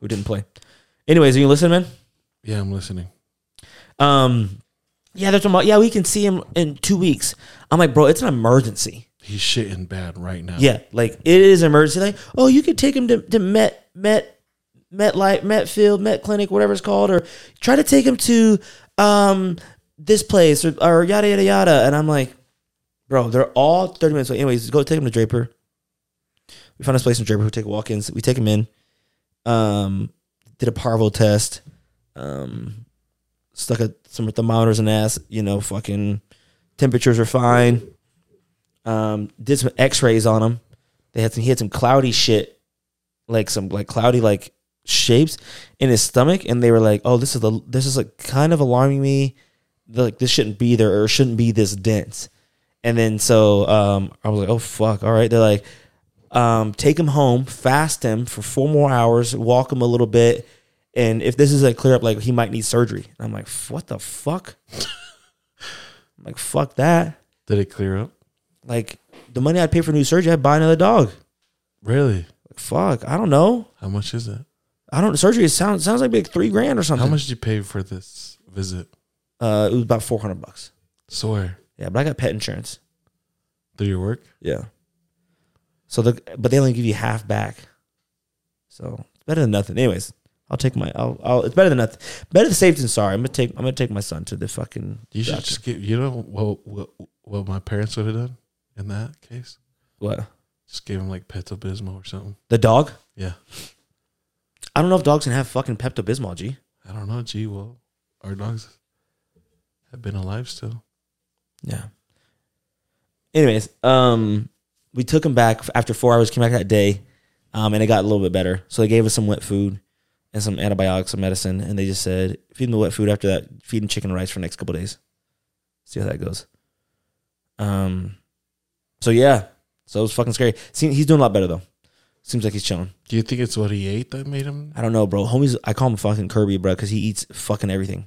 S1: who didn't play. Anyways, are you listening, man?
S2: Yeah, I'm listening.
S1: Um, yeah, they're talking about. Yeah, we can see him in two weeks. I'm like, bro, it's an emergency.
S2: He's shitting bad right now.
S1: Yeah, like it is an emergency. Like, oh, you could take him to, to Met Met Met Light Met Field Met Clinic, whatever it's called, or try to take him to um this place or, or yada yada yada. And I'm like, bro, they're all thirty minutes away. Anyways, go take him to Draper. We found this place in Draper. We take walk-ins. We take him in. Um, did a parvo test. Um, stuck a, some thermometers in ass. You know, fucking temperatures are fine um, did some X-rays on him. They had some. He had some cloudy shit, like some like cloudy like shapes in his stomach, and they were like, "Oh, this is the this is like kind of alarming me. They're Like this shouldn't be there, or it shouldn't be this dense." And then so um, I was like, "Oh fuck, all right." They're like, um, "Take him home, fast him for four more hours, walk him a little bit." And if this is like clear up, like he might need surgery. And I'm like, what the fuck? [laughs] I'm like, fuck that
S2: Did it clear up?
S1: like the money I'd pay for new surgery, I'd buy another dog.
S2: Really?
S1: Like, fuck, I don't know.
S2: How much is it?
S1: I don't surgery. It sounds sounds like like three grand or something.
S2: How much did you pay for this visit?
S1: Uh, it was about four hundred bucks.
S2: Swear.
S1: Yeah, but I got pet insurance.
S2: Through your work?
S1: Yeah. So the but they only give you half back. So it's better than nothing. Anyways, I'll take my. I'll. I'll it's better than nothing. Better safe than sorry. I'm gonna take. I'm gonna take my son to the fucking.
S2: You should
S1: doctor.
S2: just get, you know what, what, what my parents would have done in that case?
S1: what
S2: Just gave him like Pepto Bismol or something.
S1: the dog.
S2: Yeah.
S1: I don't know if dogs can have fucking Pepto Bismol. G.
S2: I don't know. Gee, well, our dogs have been alive still.
S1: Yeah. Anyways, um, we took him back after four hours. Came back that day, um, and it got a little bit better. So they gave us some wet food and some antibiotics, some medicine, and they just said feed him the wet food. After that, feed him chicken and rice for the next couple days. See how that goes. Um, so yeah, so it was fucking scary. See, he's doing a lot better though. Seems like he's chilling.
S2: Do you think it's what he ate that made him?
S1: I don't know, bro. Homies, I call him fucking Kirby, bro, because he eats fucking everything.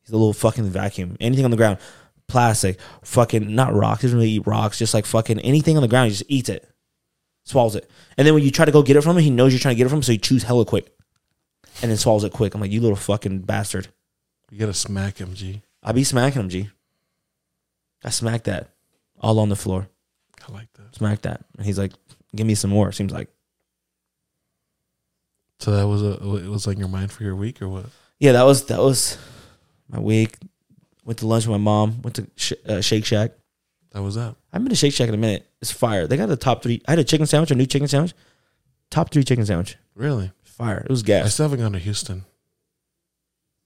S1: He's a little fucking vacuum. Anything on the ground, plastic, fucking not rocks. He doesn't really eat rocks. Just like fucking anything on the ground, he just eats it, swallows it. And then when you try to go get it from him, he knows you're trying to get it from him, so he chews hella quick, and then swallows it quick. I'm like, you little fucking bastard.
S2: You gotta smack him, G.
S1: I be smacking him, G. I smacked that all on the floor.
S2: I like that.
S1: Smacked that. And he's like, give me some more. Seems like.
S2: So that was a it was on your mind for your week or what?
S1: yeah, that was that was my week. Went to lunch with my mom. Went to sh- uh, Shake Shack.
S2: That was that.
S1: I haven't been to Shake Shack in a minute. It's fire. They got the top three. I had a chicken sandwich, a new chicken sandwich. Top three chicken sandwich.
S2: Really?
S1: Fire. It was
S2: I
S1: gas.
S2: still haven't gone to Houston.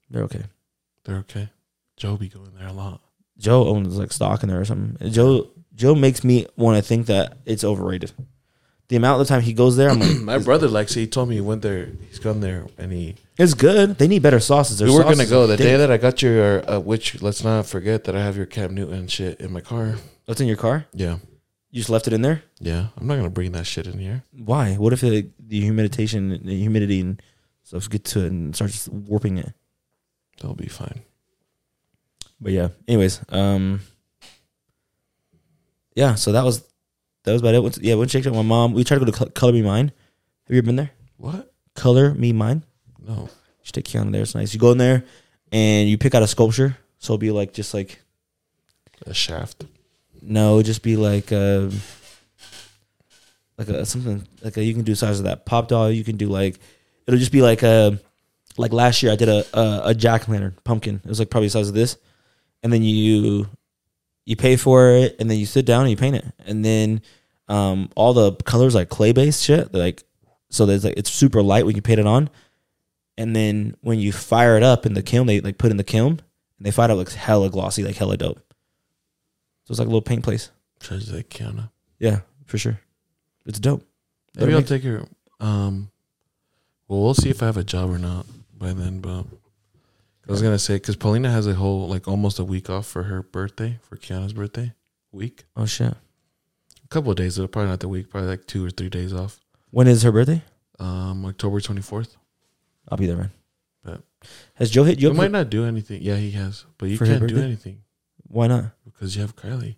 S1: They're okay.
S2: They're okay. Joe be going there a lot.
S1: Joe owns like stock in there or something. Joe Joe makes me want to think that it's overrated. The amount of time he goes there, I'm like,
S2: [clears throat] [clears throat] My brother likes it. He told me he went there. He's gone there, and he.
S1: it's good. They need better sauces. Their
S2: we were gonna
S1: sauces
S2: go
S1: are
S2: the
S1: thick.
S2: day that I got your. Uh, which let's not forget that I have your Cam Newton shit in my car.
S1: What's in your car?
S2: Yeah,
S1: You just left it in there.
S2: yeah. I'm not gonna bring that shit in here.
S1: Why? What if the, the humiditation, the humidity and stuff get to it and starts warping it?
S2: That'll be fine.
S1: But yeah. Anyways, um, yeah. So that was that was about it. Once, yeah, went checked out my mom. We tried to go to Col- Color Me Mine. Have you ever been there?
S2: What?
S1: Color Me Mine.
S2: No.
S1: You should take Keanu there. It's nice. You go in there and you pick out a sculpture. So it'll be like just like
S2: A shaft.
S1: no, it'll just be like uh, like a something like a, you can do size of that pop doll. You can do like it'll just be like a like last year I did a a, a jack o' lantern pumpkin. It was like probably the size of this, and then you you pay for it, and then you sit down and you paint it, and then um all the colors like clay based shit they're like so there's like it's super light when you paint it on, and then when you fire it up in the kiln they like put in the kiln and they find out it looks hella glossy like hella dope. So it's like a little paint place.
S2: Charge that Keanu.
S1: Yeah, for sure. It's dope. Better
S2: Maybe I'll
S1: make-
S2: take your. Um. Well, we'll see if I have a job or not by then. But I was gonna say because Paulina has a whole like almost a week off for her birthday for Keanu's birthday week.
S1: Oh shit.
S2: A couple of days, though, probably not the week. Probably like two or three days off.
S1: When is her birthday?
S2: Um, October twenty fourth.
S1: I'll be there, man.
S2: Bet.
S1: Has Joe hit you
S2: You
S1: up?
S2: might
S1: for-
S2: not do anything. Yeah, he has, but you
S1: For his
S2: can't do
S1: birthday?
S2: anything
S1: Why not?
S2: because you have Kylie.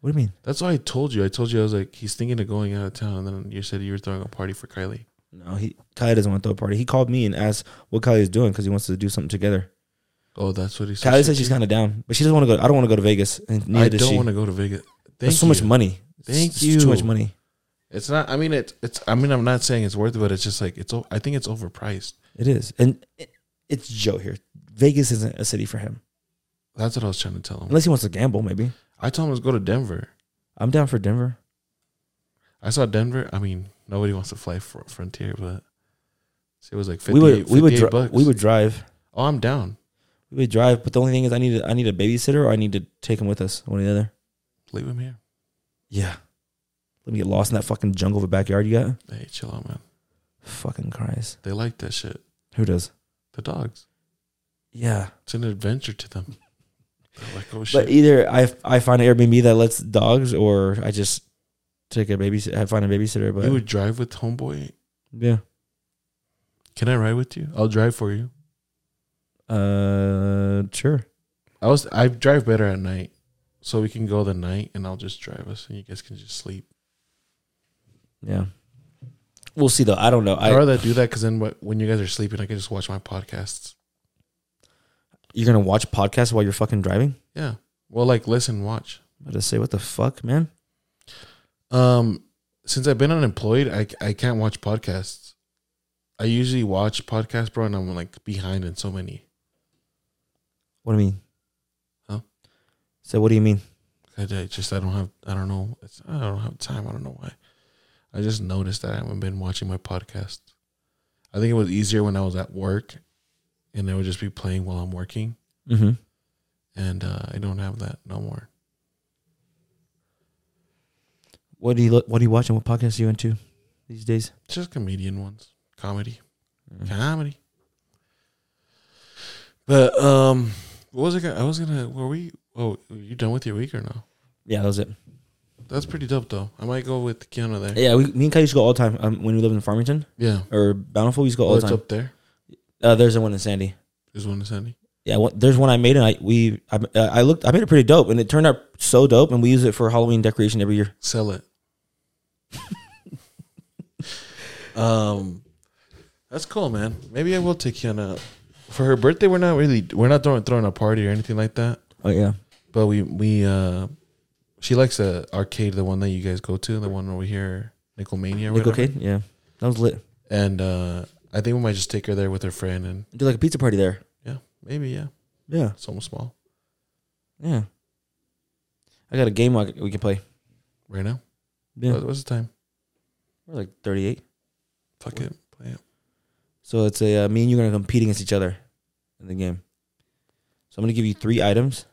S1: What do you mean?
S2: That's why I told you. I told you I was like, he's thinking of going out of town, and then you said you were throwing a party for Kylie.
S1: No, he Kylie doesn't want to throw a party. He called me and asked what Kylie is doing because he wants to do something together.
S2: Oh, that's what he said.
S1: Kylie says she's kind of down, but she doesn't want to go. I don't want to go to Vegas, and neither
S2: I
S1: does
S2: don't
S1: she.
S2: want to go to Vegas. Thank
S1: There's so much
S2: you.
S1: money.
S2: Thank
S1: It's just Too much
S2: you.
S1: money.
S2: It's not. I mean, it's. It's. I mean, I'm not saying it's worth it, but it's just like it's. o- I think it's overpriced.
S1: It is, and it, it's Joe here. Vegas isn't a city for him
S2: That's what I was trying to tell him.
S1: unless he wants to gamble. Maybe
S2: I told him let's go to Denver.
S1: I'm down for Denver.
S2: I saw Denver. I mean, nobody wants to fly fr- Frontier, but it was like 58,
S1: We would we would
S2: 58
S1: dri-
S2: bucks.
S1: we would drive.
S2: Oh, I'm down.
S1: We would drive, but the only thing is, I need a, I need a babysitter, or I need to take him with us, one or the other.
S2: Leave him here.
S1: Yeah. Let me get lost in that fucking jungle of a backyard you got.
S2: Hey, chill out, man.
S1: Fucking Christ.
S2: They like that shit.
S1: Who does?
S2: The dogs.
S1: Yeah.
S2: It's an adventure to them. They're like, oh shit.
S1: But e-, either I I find an Airbnb that lets dogs, or I just take a babysitter. I find a babysitter, but
S2: you would drive with homeboy.
S1: yeah.
S2: Can I ride with you? I'll drive for you.
S1: Uh, sure.
S2: I was. I drive better at night, so we can go the night, and I'll just drive us, and you guys can just sleep.
S1: Yeah. We'll see though. I don't know.
S2: I'd
S1: I
S2: rather do that because then wh- when you guys are sleeping, I can just watch my podcasts.
S1: you're gonna watch podcasts while you're fucking driving?
S2: Yeah. Well, like listen, watch.
S1: I just say what the fuck, man.
S2: Um, since I've been unemployed, I I can't watch podcasts. I usually watch podcasts, bro, and I'm like behind in so many.
S1: What do you mean?
S2: Huh?
S1: So what do you mean?
S2: I, I just I don't have I don't know it's, I don't have time I don't know why I just noticed that I haven't been watching my podcast. I think it was easier when I was at work, and I would just be playing while I'm working,
S1: Mm-hmm.
S2: and uh, I don't have that no more.
S1: What do you look? What are you watching? What podcasts are you into these days?
S2: Just comedian ones, comedy,
S1: Mm.
S2: comedy. But um, what was I? Gonna, I was gonna. Were we? Oh, are you done with your week or no?
S1: Yeah, that was it.
S2: That's pretty dope though. I might go with Keanu there.
S1: Yeah, we, me and Kai used to go all the time um, when we lived in Farmington
S2: Yeah,
S1: or Bountiful. We used to go all
S2: oh,
S1: the
S2: it's
S1: time.
S2: up there.
S1: Uh, there's the one in Sandy.
S2: There's one to Sandy.
S1: Yeah, one, there's one I made and I we I, uh, I looked I made it pretty dope and it turned out so dope and we use it for Halloween decoration every year.
S2: Sell
S1: [laughs]
S2: it. um, that's cool, man. Maybe I will take Kiana out. for her birthday. We're not really we're not throwing throwing a party or anything like that.
S1: Oh yeah,
S2: But we we uh, she likes the arcade, the one that you guys go to, the one over here, Nickelmania.
S1: Nickel
S2: or whatever.
S1: Cade. Yeah, that was lit.
S2: And uh, I think we might just take her there with her friend, and
S1: Do like a pizza party there.
S2: yeah, maybe yeah,
S1: Yeah,
S2: it's almost small
S1: yeah. I got a game I, we can play.
S2: right now.
S1: Yeah,
S2: What- What's the time?
S1: we're like 38.
S2: Fuck it, play it.
S1: So it's a uh, me and you are gonna compete against each other in the game. So I'm gonna give you three items,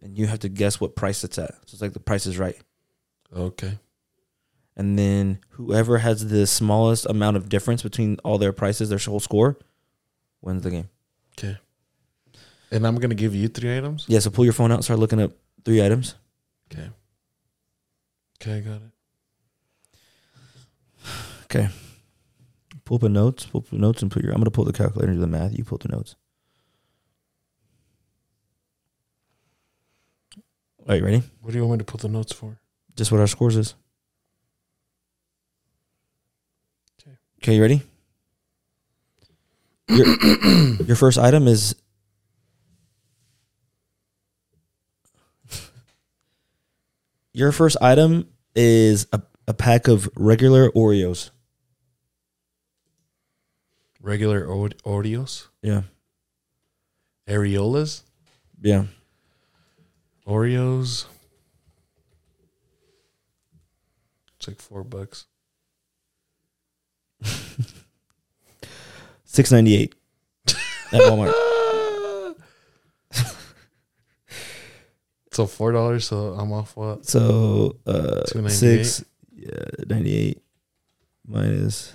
S1: and you have to guess what price it's at. So it's like the price is right.
S2: Okay,
S1: and then whoever has the smallest amount of difference between all their prices, their whole score, wins the game.
S2: Okay. And I'm gonna give you three items.
S1: Yeah, so pull your phone out, start looking up three items.
S2: Okay. Okay, I got it.
S1: Pull up the notes, pull up the notes, and put your. I'm gonna pull the calculator and do the math. You pull up the notes. All right, ready?
S2: What do you want me to put the notes for?
S1: Just what our scores is.
S2: Okay.
S1: Okay, you ready? Your, [coughs] your first item is. [laughs] Your first item is a, a pack of regular Oreos.
S2: Regular Ore- Oreos,
S1: Yeah.
S2: areolas,
S1: Yeah.
S2: Oreos. It's like four bucks.
S1: 698 at Walmart. Oh
S2: [laughs] So four dollars. So I'm off what?
S1: So uh,
S2: 298.
S1: six yeah, ninety eight minus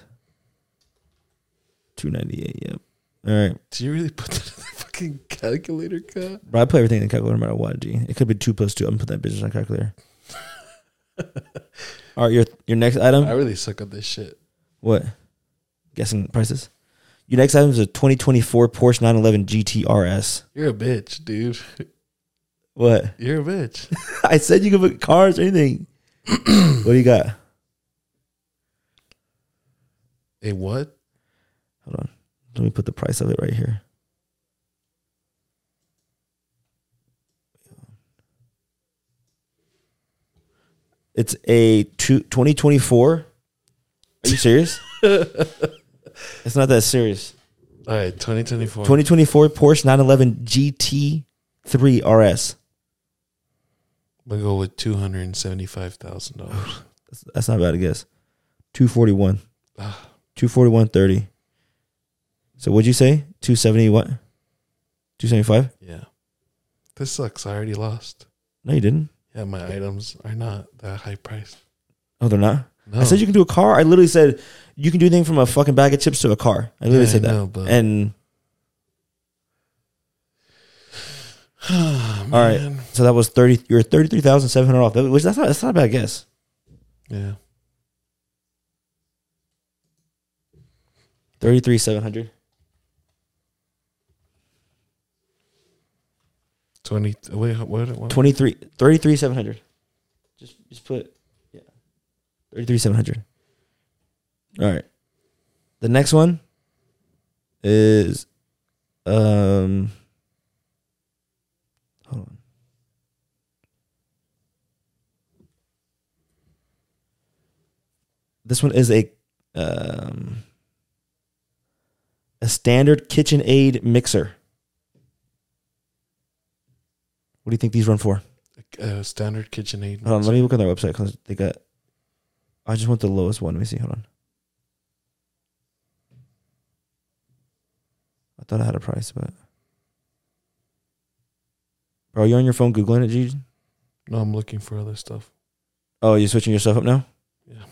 S1: two ninety eight. Yep. All right,
S2: Do you really put that in the fucking calculator cut?
S1: but I put everything in the calculator no matter what. G. It could be two plus two. I'm gonna put that bitch in the [laughs] calculator. All right, your your next item.
S2: I really suck at this shit.
S1: What? Guessing prices. Your next item is a 2024 Porsche 911 GTRS.
S2: You're a bitch, dude. [laughs]
S1: What?
S2: You're a bitch.
S1: [laughs] I said you could put cars or anything. [clears throat] what do you got?
S2: A what?
S1: Hold on. Let me put the price of it right here. It's a two, 2024. Are you serious? it's not that serious.
S2: All right, 2024.
S1: 2024 Porsche 911 GT3 RS.
S2: We'll go with two hundred and seventy-five thousand dollars.
S1: That's, that's not bad, I guess. 241.
S2: Ah.
S1: 241.30. So what'd you say? 270 what? 275?
S2: Yeah, this sucks. I already lost.
S1: No, you didn't.
S2: Yeah, my items are not that high priced.
S1: Oh, they're not?
S2: No,
S1: I said you can do a car. I literally said you can do anything from a fucking bag of chips to a car. I literally
S2: Yeah,
S1: said
S2: I
S1: that.
S2: know, [sighs] but-
S1: and all right,
S2: Man.
S1: so that was thirty. You're thirty three thousand seven hundred off. That- Which that's not that's not a bad guess.
S2: Yeah,
S1: Thirty three seven hundred.
S2: 20. Wait, what? what?
S1: 23 33 700 just just put yeah 33 700 all right the next one is um hold on this one is a um a standard KitchenAid mixer what do you think these run for
S2: Uh, standard KitchenAid.
S1: Hold on, let me look on their website because they got. I just want the lowest one. Let me see. Hold on. I thought I had a price, but. Bro, are you on your phone googling it, G?
S2: No, I'm looking for other stuff.
S1: Oh, you're switching yourself up now.
S2: Yeah.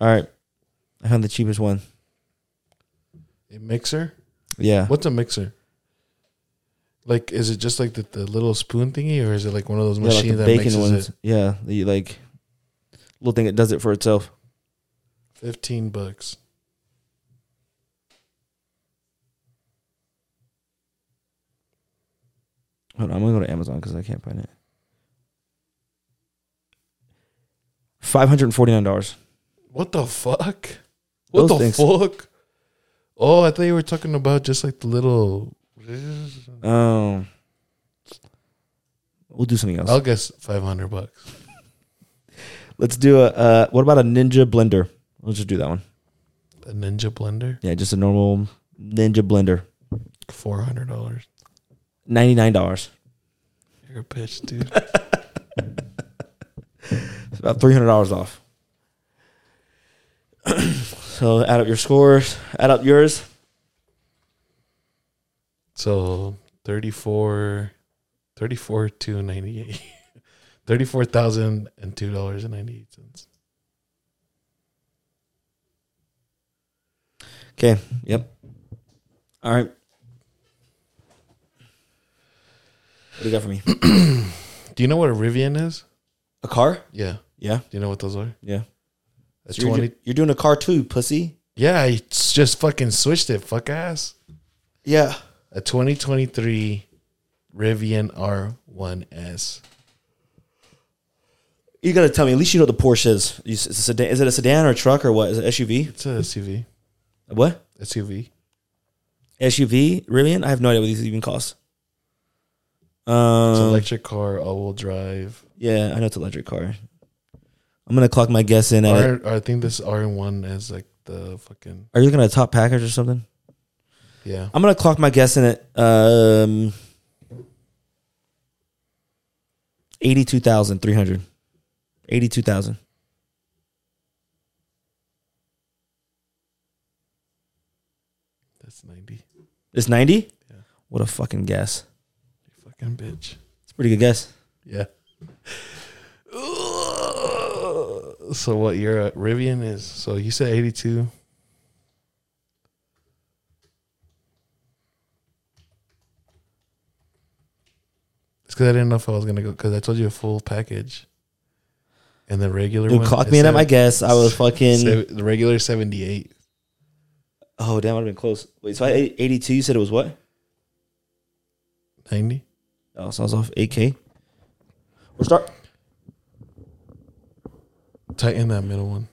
S1: All right, I found the cheapest one.
S2: A mixer?
S1: Yeah,
S2: What's a mixer? Like, is it just like the, the little spoon thingy, or is it like one of those
S1: yeah like
S2: machines
S1: the
S2: that
S1: bacon
S2: mixes
S1: ones.
S2: it?
S1: Yeah, the like little thing that does it for itself.
S2: Fifteen bucks.
S1: Hold on, I'm gonna go to Amazon because I can't find it. Five hundred and forty nine dollars.
S2: What the fuck?
S1: Those
S2: What the
S1: things.
S2: fuck? Oh, I thought you were talking about just like the little.
S1: Um, we'll do something else.
S2: I'll guess five hundred bucks.
S1: Let's do a. Uh, what about a Ninja blender? Let's just do that one.
S2: A Ninja blender,
S1: Yeah, just a normal Ninja blender.
S2: four hundred dollars.
S1: Ninety nine dollars.
S2: You're a bitch, [laughs] dude.
S1: It's about three hundred dollars off. [clears throat] so add up your scores. Add up yours.
S2: So 34, 34 to [laughs] 98. $34,002.98.
S1: Okay. Yep. All right. What do you got for me?
S2: Do you know what a Rivian is?
S1: A car?
S2: Yeah.
S1: Yeah.
S2: Do you know what those are?
S1: Yeah.
S2: A
S1: So you're,
S2: 20.
S1: do- you're doing a car too, pussy.
S2: Yeah, I s- just fucking switched it. Fuck ass.
S1: Yeah.
S2: A 2023 Rivian R1S.
S1: You gotta tell me. At least you know what the Porsche is. You s- It's a sedan. Is it a sedan or a truck or what? Is it SUV?
S2: It's a SUV.
S1: What
S2: SUV.
S1: SUV? Rivian? I have no idea what these even cost.
S2: It's an
S1: Um,
S2: electric car, all-wheel drive.
S1: yeah, I know it's an electric car. I'm gonna clock my guess in at.
S2: R, I think this R1 is like the fucking
S1: Are you looking at a top package or something?
S2: yeah.
S1: I'm gonna clock my guess in at um, eighty-two thousand three hundred. Eighty-two thousand.
S2: That's 90.
S1: It's ninety.
S2: Yeah.
S1: What a fucking guess.
S2: You fucking bitch.
S1: It's a pretty good guess.
S2: Yeah. So what your uh, Rivian is? So you said 82. It's because I didn't know if I was gonna go because I told you a full package, and the regular
S1: Dude,
S2: one.
S1: clock
S2: is
S1: me in at
S2: seven-
S1: my guess. I was fucking.
S2: seven- the regular 78.
S1: Oh damn, I'd have been close. Wait, so I ate eighty-two. You said it was what?
S2: 90?
S1: Oh, so I was off eight k. We're start.
S2: Tighten that middle one.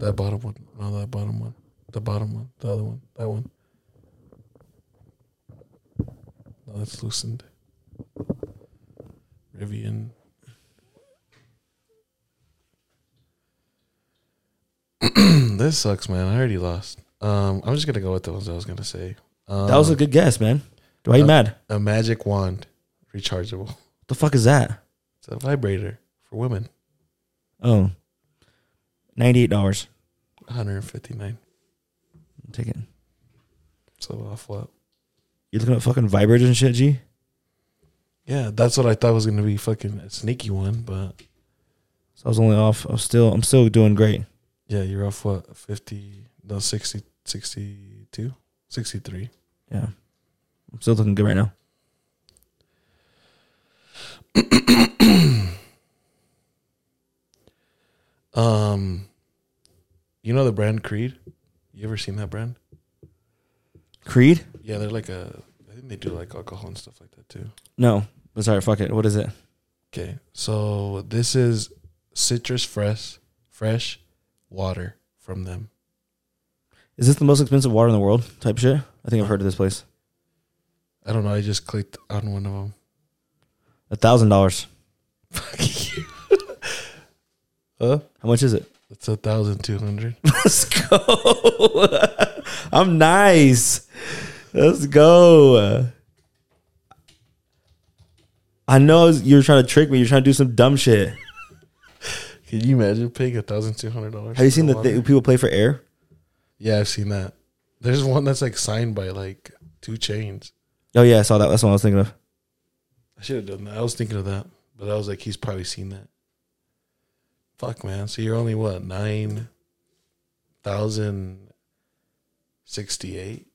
S2: That bottom one. No, that bottom one. The bottom one. The other one. That one. No, that's loosened. Rivian. [clears throat] this sucks, man. I already lost. Um, I'm just gonna go with the ones I was gonna say. Um,
S1: That was a good guess, man. Why you
S2: Uh,
S1: mad? What
S2: a magic wand, rechargeable.
S1: the fuck is that?
S2: It's a vibrator for women.
S1: Oh. Ninety-eight dollars.
S2: 159.
S1: Take it.
S2: So uh, I'll flop.
S1: You're looking at fucking vibrators and shit, G.
S2: Yeah, that's what I thought was gonna be fucking a sneaky one, but
S1: So I was only off. I'm still. I'm still doing great.
S2: yeah, you're off what fifty? No, 60, 62, 63.
S1: Yeah. I'm still looking good right now.
S2: Um, you know the brand Creed? You ever seen that brand?
S1: Creed?
S2: Yeah, they're like a. I think they do like alcohol and stuff like that too.
S1: No. That's all right. Fuck it. What is it?
S2: Okay, so this is citrus fresh, fresh water from them.
S1: Is this the most expensive water in the world? Type shit. I think I've heard of this place.
S2: I don't know. I just clicked on one of them.
S1: A thousand dollars.
S2: Huh?
S1: How much is it?
S2: It's a thousand two hundred.
S1: [laughs] Let's go. [laughs] I'm nice. Let's go. I know you were trying to trick me. You're trying to do some dumb shit.
S2: [laughs] Can you imagine paying a thousand two hundred dollars?
S1: Have you seen the thing people play for air?
S2: Yeah, I've seen that. There's one that's like signed by like two chains.
S1: Oh yeah, I saw that. That's what I was thinking of.
S2: I should have done that. I was thinking of that, but I was like, he's probably seen that. Fuck, man. So you're only what nine thousand sixty-eight?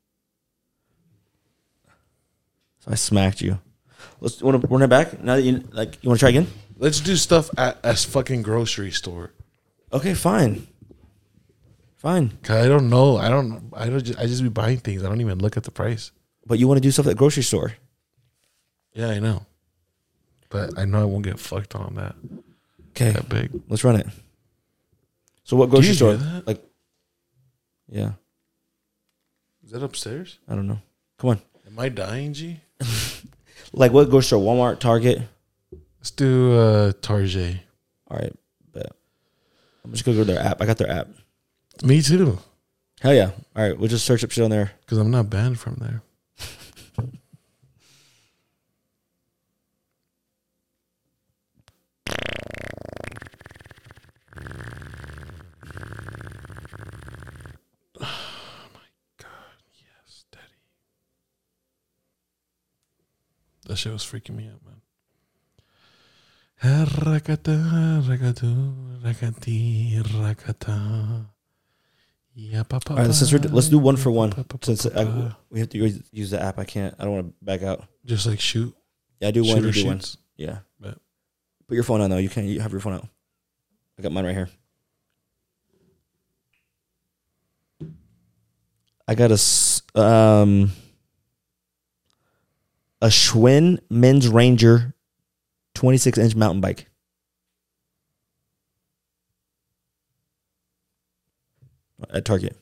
S1: So I smacked you. Let's want to run it back. Now that you like, you want to try again?
S2: Let's do stuff at a fucking grocery store.
S1: Okay, fine, fine.
S2: Cause I don't know. I don't. I don't. Just, I just be buying things. I don't even look at the price.
S1: But you want to do stuff at the grocery store.
S2: Yeah, I know. But I know I won't get fucked on that
S1: Okay,
S2: that big.
S1: let's run it. So what grocery
S2: you do
S1: store?
S2: that?
S1: Like, yeah,
S2: Is that upstairs?
S1: I don't know. Come on,
S2: Am I dying, G?
S1: like what grocery store? Walmart, Target.
S2: Let's do uh Tarjay.
S1: All right, bet. I'm just gonna go to their app. I got their app.
S2: Me too,
S1: Hell yeah! All right, we'll just search up shit on there.
S2: because I'm not banned from there. [sighs] Oh my god! Yes, Daddy. That shit was freaking me out, man. Rakata, rakatu, rakati, rakata. Yeah, papa.
S1: All right, since we're, let's do one for one. Since
S2: Uh-huh.
S1: I, we have to use- use the app, I can't. I don't want to back out.
S2: just like shoot,
S1: Yeah, I do one.
S2: shooter
S1: You do one.
S2: shoots.
S1: Yeah.
S2: Bet.
S1: Put your phone on though. You can't. You have your phone out. I got mine right here. I got a s- um a Schwinn Men's Ranger, twenty six inch mountain bike. At Target.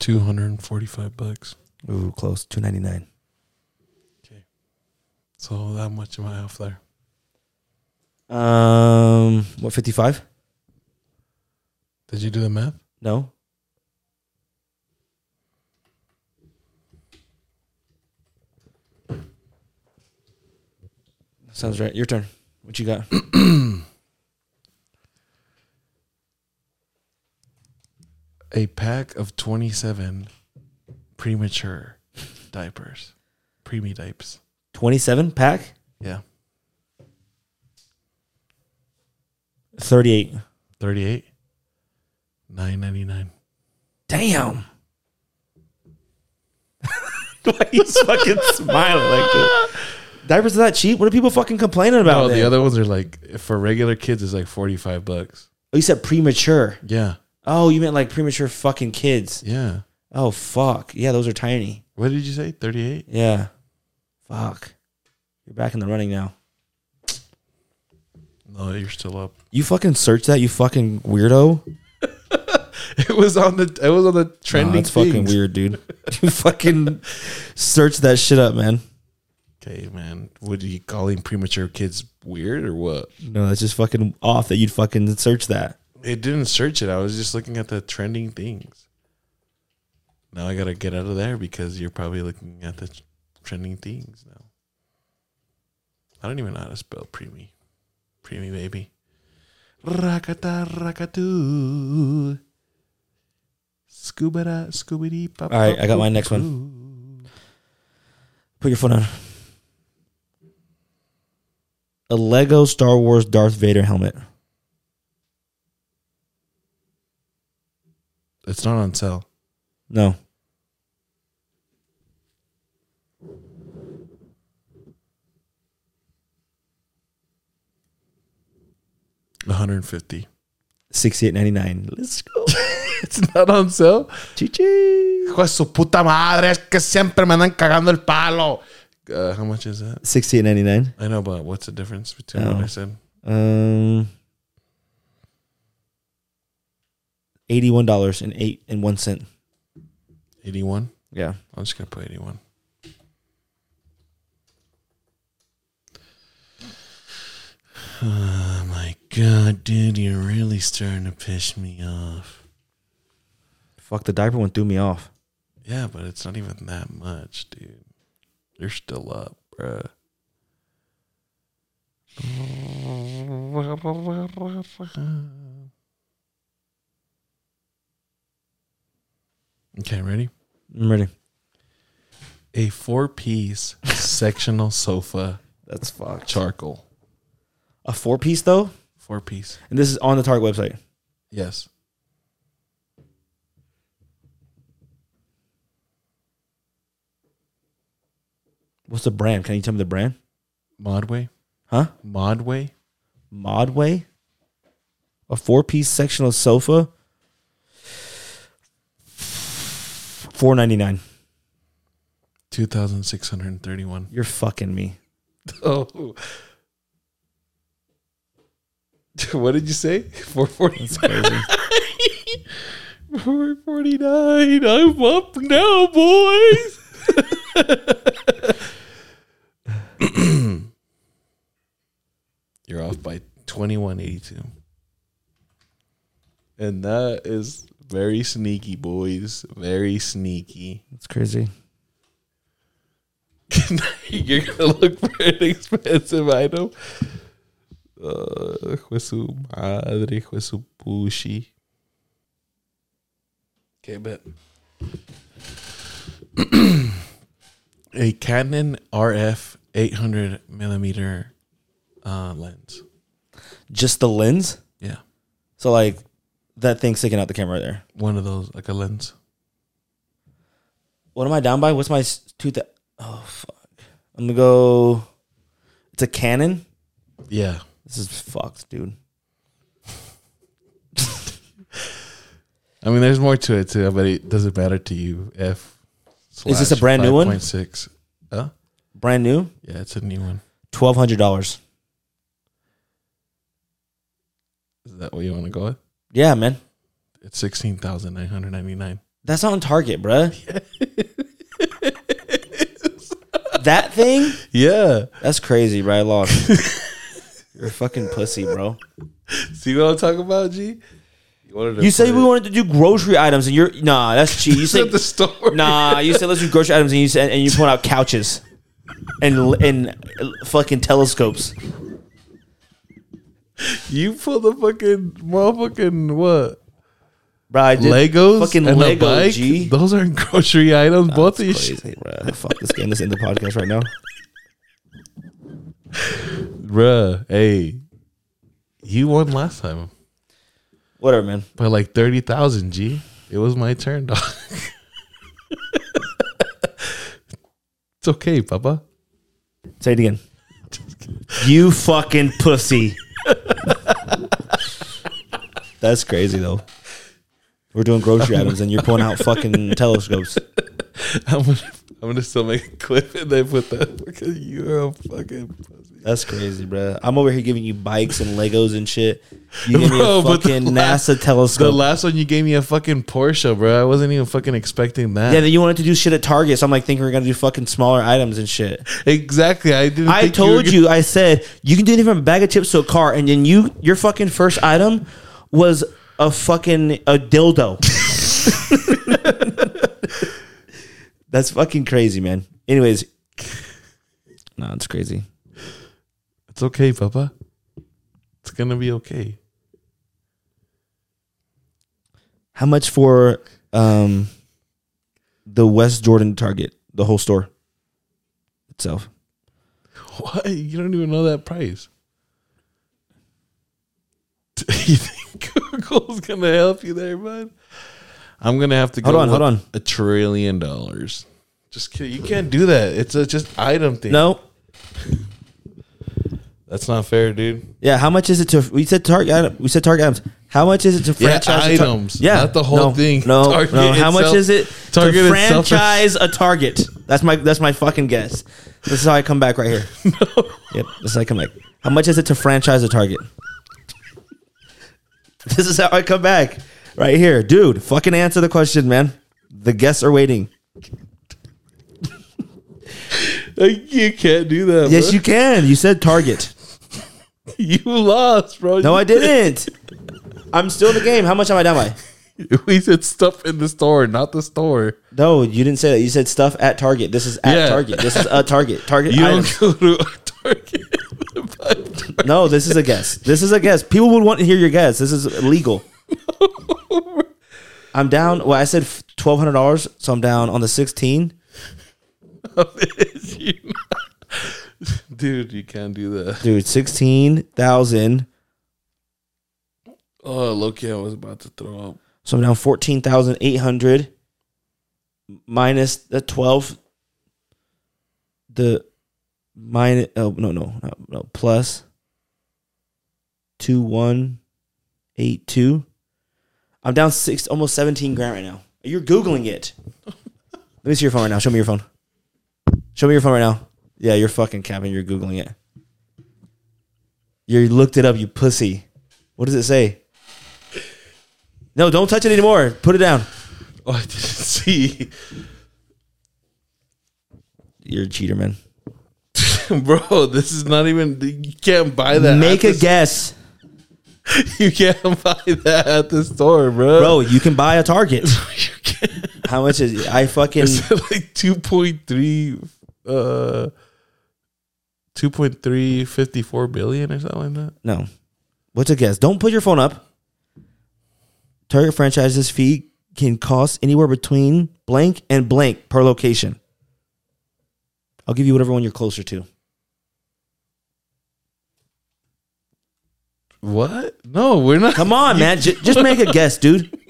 S2: Two hundred and forty-five bucks.
S1: Ooh, close. Two ninety nine.
S2: So that much am I off there?
S1: Um what fifty five?
S2: Did you do the math?
S1: No. Sounds right. Your turn. What you got?
S2: A pack of twenty-seven premature diapers, preemie diapers.
S1: 27 pack?
S2: Yeah,
S1: 38.
S2: thirty-eight, nine ninety-nine.
S1: Damn. [laughs] Why you fucking smiling like this? Diapers are that cheap? What are people fucking complaining about?
S2: No, Oh, the
S1: then?
S2: other ones are like for regular kids. It's like forty-five bucks.
S1: oh, you said premature.
S2: Yeah,
S1: Oh, you meant like premature fucking kids.
S2: yeah.
S1: Oh, fuck. Yeah, those are tiny.
S2: What did you say? Thirty-eight.
S1: Yeah. Fuck. You're back in the running now.
S2: No, you're still up.
S1: You fucking search that, you fucking weirdo.
S2: [laughs] It was on the. It was on the
S1: Nah,
S2: trending.
S1: that's fucking
S2: things.
S1: weird, dude. [laughs] you fucking search that shit up, man.
S2: Okay, man. Would you calling premature kids weird or what?
S1: No, that's just fucking off that you'd fucking search that.
S2: It didn't search it. I was just looking at the trending things. Now I gotta get out of there because you're probably looking at the trending things now. I don't even know how to spell preemie. Preemie baby. Rakata rakatu. Scuba da scoobity pop.
S1: All right, I got my next one. Put your phone on. A Lego Star Wars Darth Vader helmet.
S2: It's not on sale.
S1: No.
S2: One hundred and fifty.
S1: Sixty eight ninety nine. Let's go. [laughs]
S2: [laughs] It's not on sale.
S1: Chi-chi.
S2: Hijo de su puta madre, es que siempre me andan cagando el palo. Uh, how much is that?
S1: Sixty eight ninety nine.
S2: I know, but what's the difference between what
S1: Oh.
S2: I said?
S1: Um eighty one dollars and eight and one cent.
S2: 81?
S1: Yeah.
S2: I'm just going to put 81. [sighs] Oh my god, dude, you're really starting to piss me off.
S1: Fuck the diaper one threw me off.
S2: Yeah, but it's not even that much, dude. You're still up, bruh. Okay, ready?
S1: I'm ready.
S2: A four piece [laughs] sectional sofa
S1: That's fucked.
S2: charcoal.
S1: A four piece though?
S2: Four piece.
S1: And this is on the Target website.
S2: Yes.
S1: What's the brand? Can you tell me the brand?
S2: Modway?
S1: Huh?
S2: Modway?
S1: Modway? A four piece sectional sofa? Four ninety nine.
S2: [laughs] 2631.
S1: You're fucking me.
S2: Oh. [laughs] What did you say? [laughs] 440.
S1: It's crazy.
S2: 449. I'm up now, boys. You're off by 2182. And that is very sneaky, boys. Very sneaky.
S1: it's crazy.
S2: You're going to [laughs] look for an expensive item. Uh, Huesu madre, Huesu pushi. Okay, but [clears throat] a Canon RF 800 millimeter uh, lens.
S1: Just the lens.
S2: Yeah,
S1: So like that thing sticking out the camera right there.
S2: one of those, like a lens.
S1: What am I down by? What's my s- two? Th- oh fuck! I'm gonna go. It's a Canon.
S2: Yeah,
S1: This is fucked, dude.
S2: I mean, there's more to it too, but it doesn't matter to you. F.
S1: Is this
S2: slash
S1: a brand new one?
S2: 5.6. Huh?
S1: Brand new.
S2: Yeah, it's a new one.
S1: Twelve hundred dollars.
S2: Is that what you want to go with?
S1: Yeah, man.
S2: It's sixteen thousand nine hundred ninety nine.
S1: That's on target, [laughs] bruh. that thing?
S2: Yeah.
S1: That's crazy, bro. I lost. You're a fucking pussy, bro.
S2: See what I'm talking about, G? You, wanted to
S1: You said
S2: put
S1: we
S2: it
S1: wanted to do grocery items, and you're nah. That's [laughs] cheap. You
S2: at
S1: said
S2: the store.
S1: nah. You said let's do grocery items, and you said and you point out couches, and and fucking telescopes.
S2: You pulled the fucking motherfucking what?
S1: Bro, I did
S2: Legos?
S1: fucking
S2: and a
S1: Lego,
S2: bike?
S1: G.
S2: Those aren't [laughs] grocery items. Both of you. shit.
S1: Crazy, bro. Fuck this game. Let's end the podcast right now.
S2: Bruh, hey. You won last time
S1: [laughs] Whatever, man.
S2: by like 30,000, G. It was my turn, dog. [laughs] it's okay, Papa. [laughs]
S1: Say it again. You fucking pussy. That's crazy though. We're doing
S2: [laughs]
S1: grocery items and you're pulling out fucking telescopes.
S2: I'm gonna, I'm gonna still make a clip and then put that [laughs] because you're a fucking pussy.
S1: That's crazy, bro. I'm over here giving you bikes and Legos and shit. You give me
S2: Bro,
S1: a
S2: but the
S1: fucking
S2: last-
S1: NASA
S2: The
S1: telescope.
S2: last one you gave me a fucking Porsche, bro. I wasn't even fucking expecting that.
S1: yeah, then you wanted to do shit at Target, so I'm like thinking we're gonna do fucking smaller items and shit.
S2: Exactly. I didn't.
S1: I
S2: think were
S1: told
S2: gonna-
S1: you, I said you can do anything from a bag of chips to a car, and then you your fucking first item was a fucking a dildo. [laughs] That's fucking crazy, man. Anyways, no, it's crazy.
S2: [laughs] It's okay, Papa. It's gonna be okay.
S1: How much for um the West Jordan Target, the whole store itself?
S2: Why? You don't even know that price. [laughs] you think Google's gonna help you there, bud? I'm gonna have to.
S1: Hold
S2: go
S1: on,
S2: with
S1: hold on.
S2: A trillion dollars. Just kidding. You can't do that. It's a just item thing.
S1: No,
S2: That's not fair, dude.
S1: yeah. How much is it to? We said Target. We said Target items. How much is it to
S2: Yeah,
S1: franchise a Tar-
S2: items. not the whole
S1: no,
S2: thing.
S1: No,
S2: [laughs] Target
S1: no. How much
S2: itself-
S1: is it
S2: Target
S1: to
S2: itself is-
S1: franchise a Target? That's my that's my fucking guess. This is how I come back right
S2: [laughs]
S1: here. Yep, this is how I come back. How much is it to franchise a Target? [laughs] This is how I come back right here, dude. Fucking answer the question, man. The guests are waiting.
S2: Like, you can't do that.
S1: Yes,
S2: bro.
S1: you can. You said Target.
S2: [laughs] You lost, bro.
S1: No,
S2: You-
S1: I
S2: [laughs]
S1: didn't. I'm still in the game. How much am I down by?
S2: We said stuff in the store, not the store.
S1: No, you didn't say that. You said stuff at Target. This is at
S2: Yeah.
S1: Target. This is
S2: [laughs]
S1: a Target. Target.
S2: You
S1: items.
S2: don't go to a Target. to buy [laughs] Target,
S1: No, this is a guess. This is a guess. People would want to hear your guess. This is
S2: [laughs]
S1: illegal. I'm down. Well, I said twelve hundred dollars, so I'm down on the sixteen.
S2: you know? Dude, you can't do that.
S1: Dude, sixteen thousand.
S2: Oh, Loki, I was about to throw up.
S1: So I'm down fourteen thousand eight hundred minus the twelve. The minus oh no no no, no plus two one eight two. I'm down six almost seventeen grand right now. You're googling it. Let me see your phone right now. Show me your phone. Show me your phone right now. Yeah, you're fucking capping. You're googling it. You looked it up, you pussy. What does it say? No, don't touch it anymore. Put it down.
S2: Oh, I didn't [laughs] see.
S1: You're a cheater, man.
S2: Bro, this is not even. You can't buy that.
S1: Make a
S2: at the,
S1: guess.
S2: [laughs] You can't buy that at the store, bro.
S1: Bro, you can buy a Target.
S2: [laughs] you can't.
S1: [laughs] How much is I fucking
S2: It's like 2.3 uh 2.354 billion or something like that.
S1: No. What's a guess? Don't put your phone up. Target franchises fee can cost anywhere between blank and blank per location. I'll give you whatever one you're closer to.
S2: What? No, we're not.
S1: Come on, man. J- just [laughs] make a guess, dude.
S2: [laughs]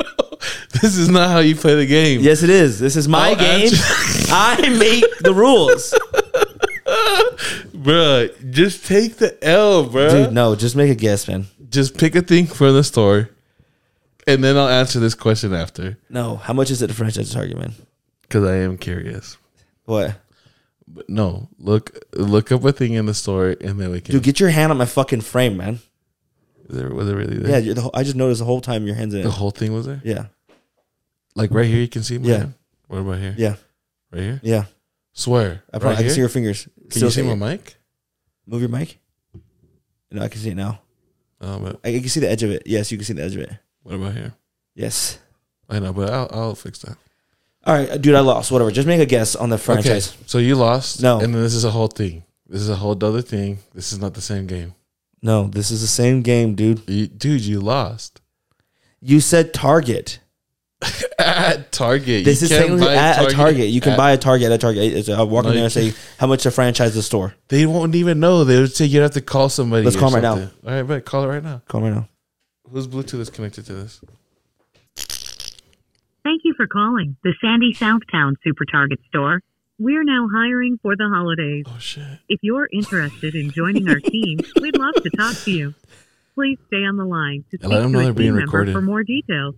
S2: This is not how you play the game.
S1: Yes, it is. This is my
S2: I'll
S1: game.
S2: answer-
S1: [laughs] I make the rules.
S2: Bruh, just take the L, bruh.
S1: Dude, no, just make a guess, man.
S2: Just pick a thing from the store, and then I'll answer this question after
S1: No. How much is it a franchise target, man?
S2: because I am curious.
S1: What?
S2: But no, look, look up a thing in the store, and then we can.
S1: Dude, get your hand on my fucking frame, man.
S2: Is there, was it really
S1: Yeah,
S2: there?
S1: you're the whole, I just noticed the whole time your hands in.
S2: The
S1: it.
S2: whole thing was there.
S1: Yeah,
S2: Like right here, you can see. My
S1: Yeah.
S2: hand? What about here?
S1: yeah,
S2: Right here.
S1: yeah.
S2: Swear.
S1: I probably
S2: right
S1: I can see
S2: here?
S1: your fingers.
S2: Can you see
S1: it.
S2: my mic?
S1: Move your mic. No, I can see it now.
S2: Oh, but
S1: I I can see the edge of it. Yes, you can see the edge of it.
S2: what about here?
S1: Yes.
S2: I know, but I'll, I'll fix that.
S1: All right, dude, I lost. Whatever. Just make a guess on the franchise.
S2: Okay, so you lost.
S1: No.
S2: and then this is a whole thing. This is a whole other thing. This is not the same game.
S1: No, this is the same game, dude.
S2: You, dude, you lost [laughs]
S1: You said Target.
S2: at Target.
S1: This
S2: You
S1: is
S2: can't
S1: technically
S2: buy
S1: at a Target. You can
S2: at-
S1: buy a Target at a Target. It's- I walk
S2: No,
S1: in there
S2: you
S1: and say, "How much a franchise the store?"
S2: They won't even know. They would say you'd have to call somebody.
S1: Let's
S2: or
S1: call 'em right now.
S2: something. All right, but call it right now.
S1: Call me now.
S2: Whose Bluetooth is connected to this?
S4: Thank you for calling the Sandy Southtown Super Target store. We're now hiring for the holidays.
S2: Oh shit!
S4: If you're interested in joining our team, we'd love to talk to you. Please stay on the line to
S2: Yeah,
S4: speak
S2: let them know
S4: to a
S2: they're
S4: team
S2: being
S4: member
S2: recorded.
S4: for more details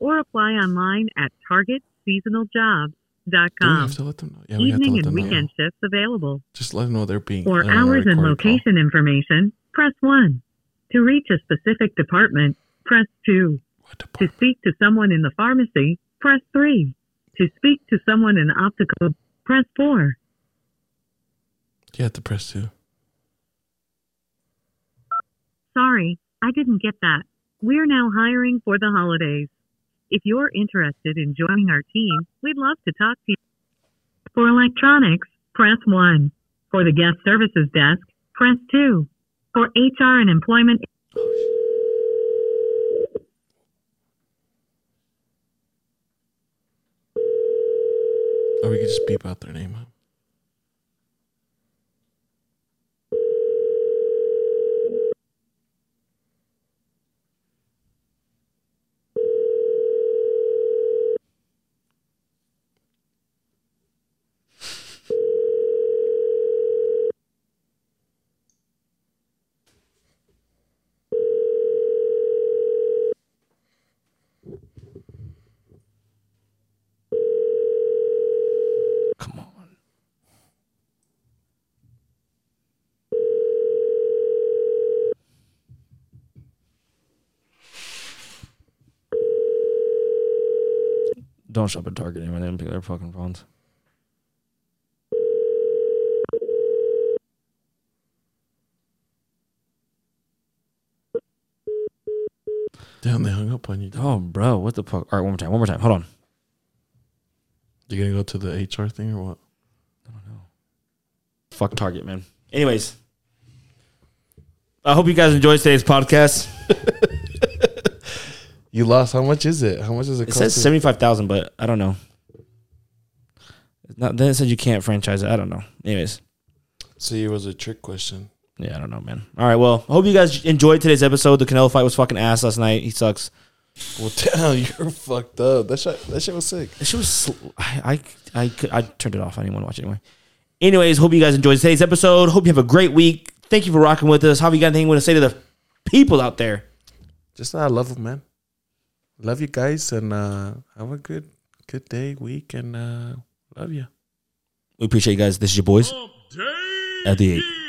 S4: or apply online at
S2: Do we
S4: targetseasonaljobs.com.
S2: have to let them know? Yeah, we have to let
S4: Um, Evening and
S2: them know.
S4: weekend shifts available.
S2: Just let them know they're being Oh,
S4: For
S2: they're on a
S4: hours
S2: recorded
S4: and
S2: call.
S4: location information, press 1. To reach a specific department, press 2.
S2: What
S4: To
S2: department?
S4: speak to someone in the pharmacy, press 3. To speak to someone in optical, press 4.
S2: You have to press two.
S4: Sorry, I didn't get that. We're now hiring for the holidays. If you're interested in joining our team, we'd love to talk to you. For electronics, press 1. For the guest services desk, press 2. For HR and employment,
S2: Or we could just beep out their name. out.
S1: Come on.
S5: Don't shop at Target anymore. They don't pick up their fucking phones.
S2: Damn, they hung up on you.
S5: Oh, bro, what the fuck? All right, one more time. One more time. Hold on.
S2: You gonna go to the HR thing or what?
S5: Fuck Target, man.
S1: Anyways, I hope you guys enjoyed today's podcast.
S2: You lost. How much is it? How much does it,
S1: It
S2: cost?
S1: says
S2: to-
S1: seventy five thousand, but I don't know. It's Not, then it said you can't franchise it. I don't know. Anyways,
S2: so it was a trick question.
S1: yeah, I don't know, man. All right, well, I hope you guys enjoyed today's episode. The Canelo fight was fucking ass last night. He sucks.
S2: Well, [laughs] damn, you're fucked up. That shit, that shit was sick.
S1: She was. Sl- I, I I could- I turned it off. I didn't want to watch it anyway. Anyways, hope you guys enjoyed today's episode. Hope you have a great week. Thank you for rocking with us. Have you got anything you want to say to the people out there?
S2: Just that I love them, man. Love you guys, and uh, have a good, good day, week, and uh, love you.
S1: We appreciate you guys. This is your boys at the eight.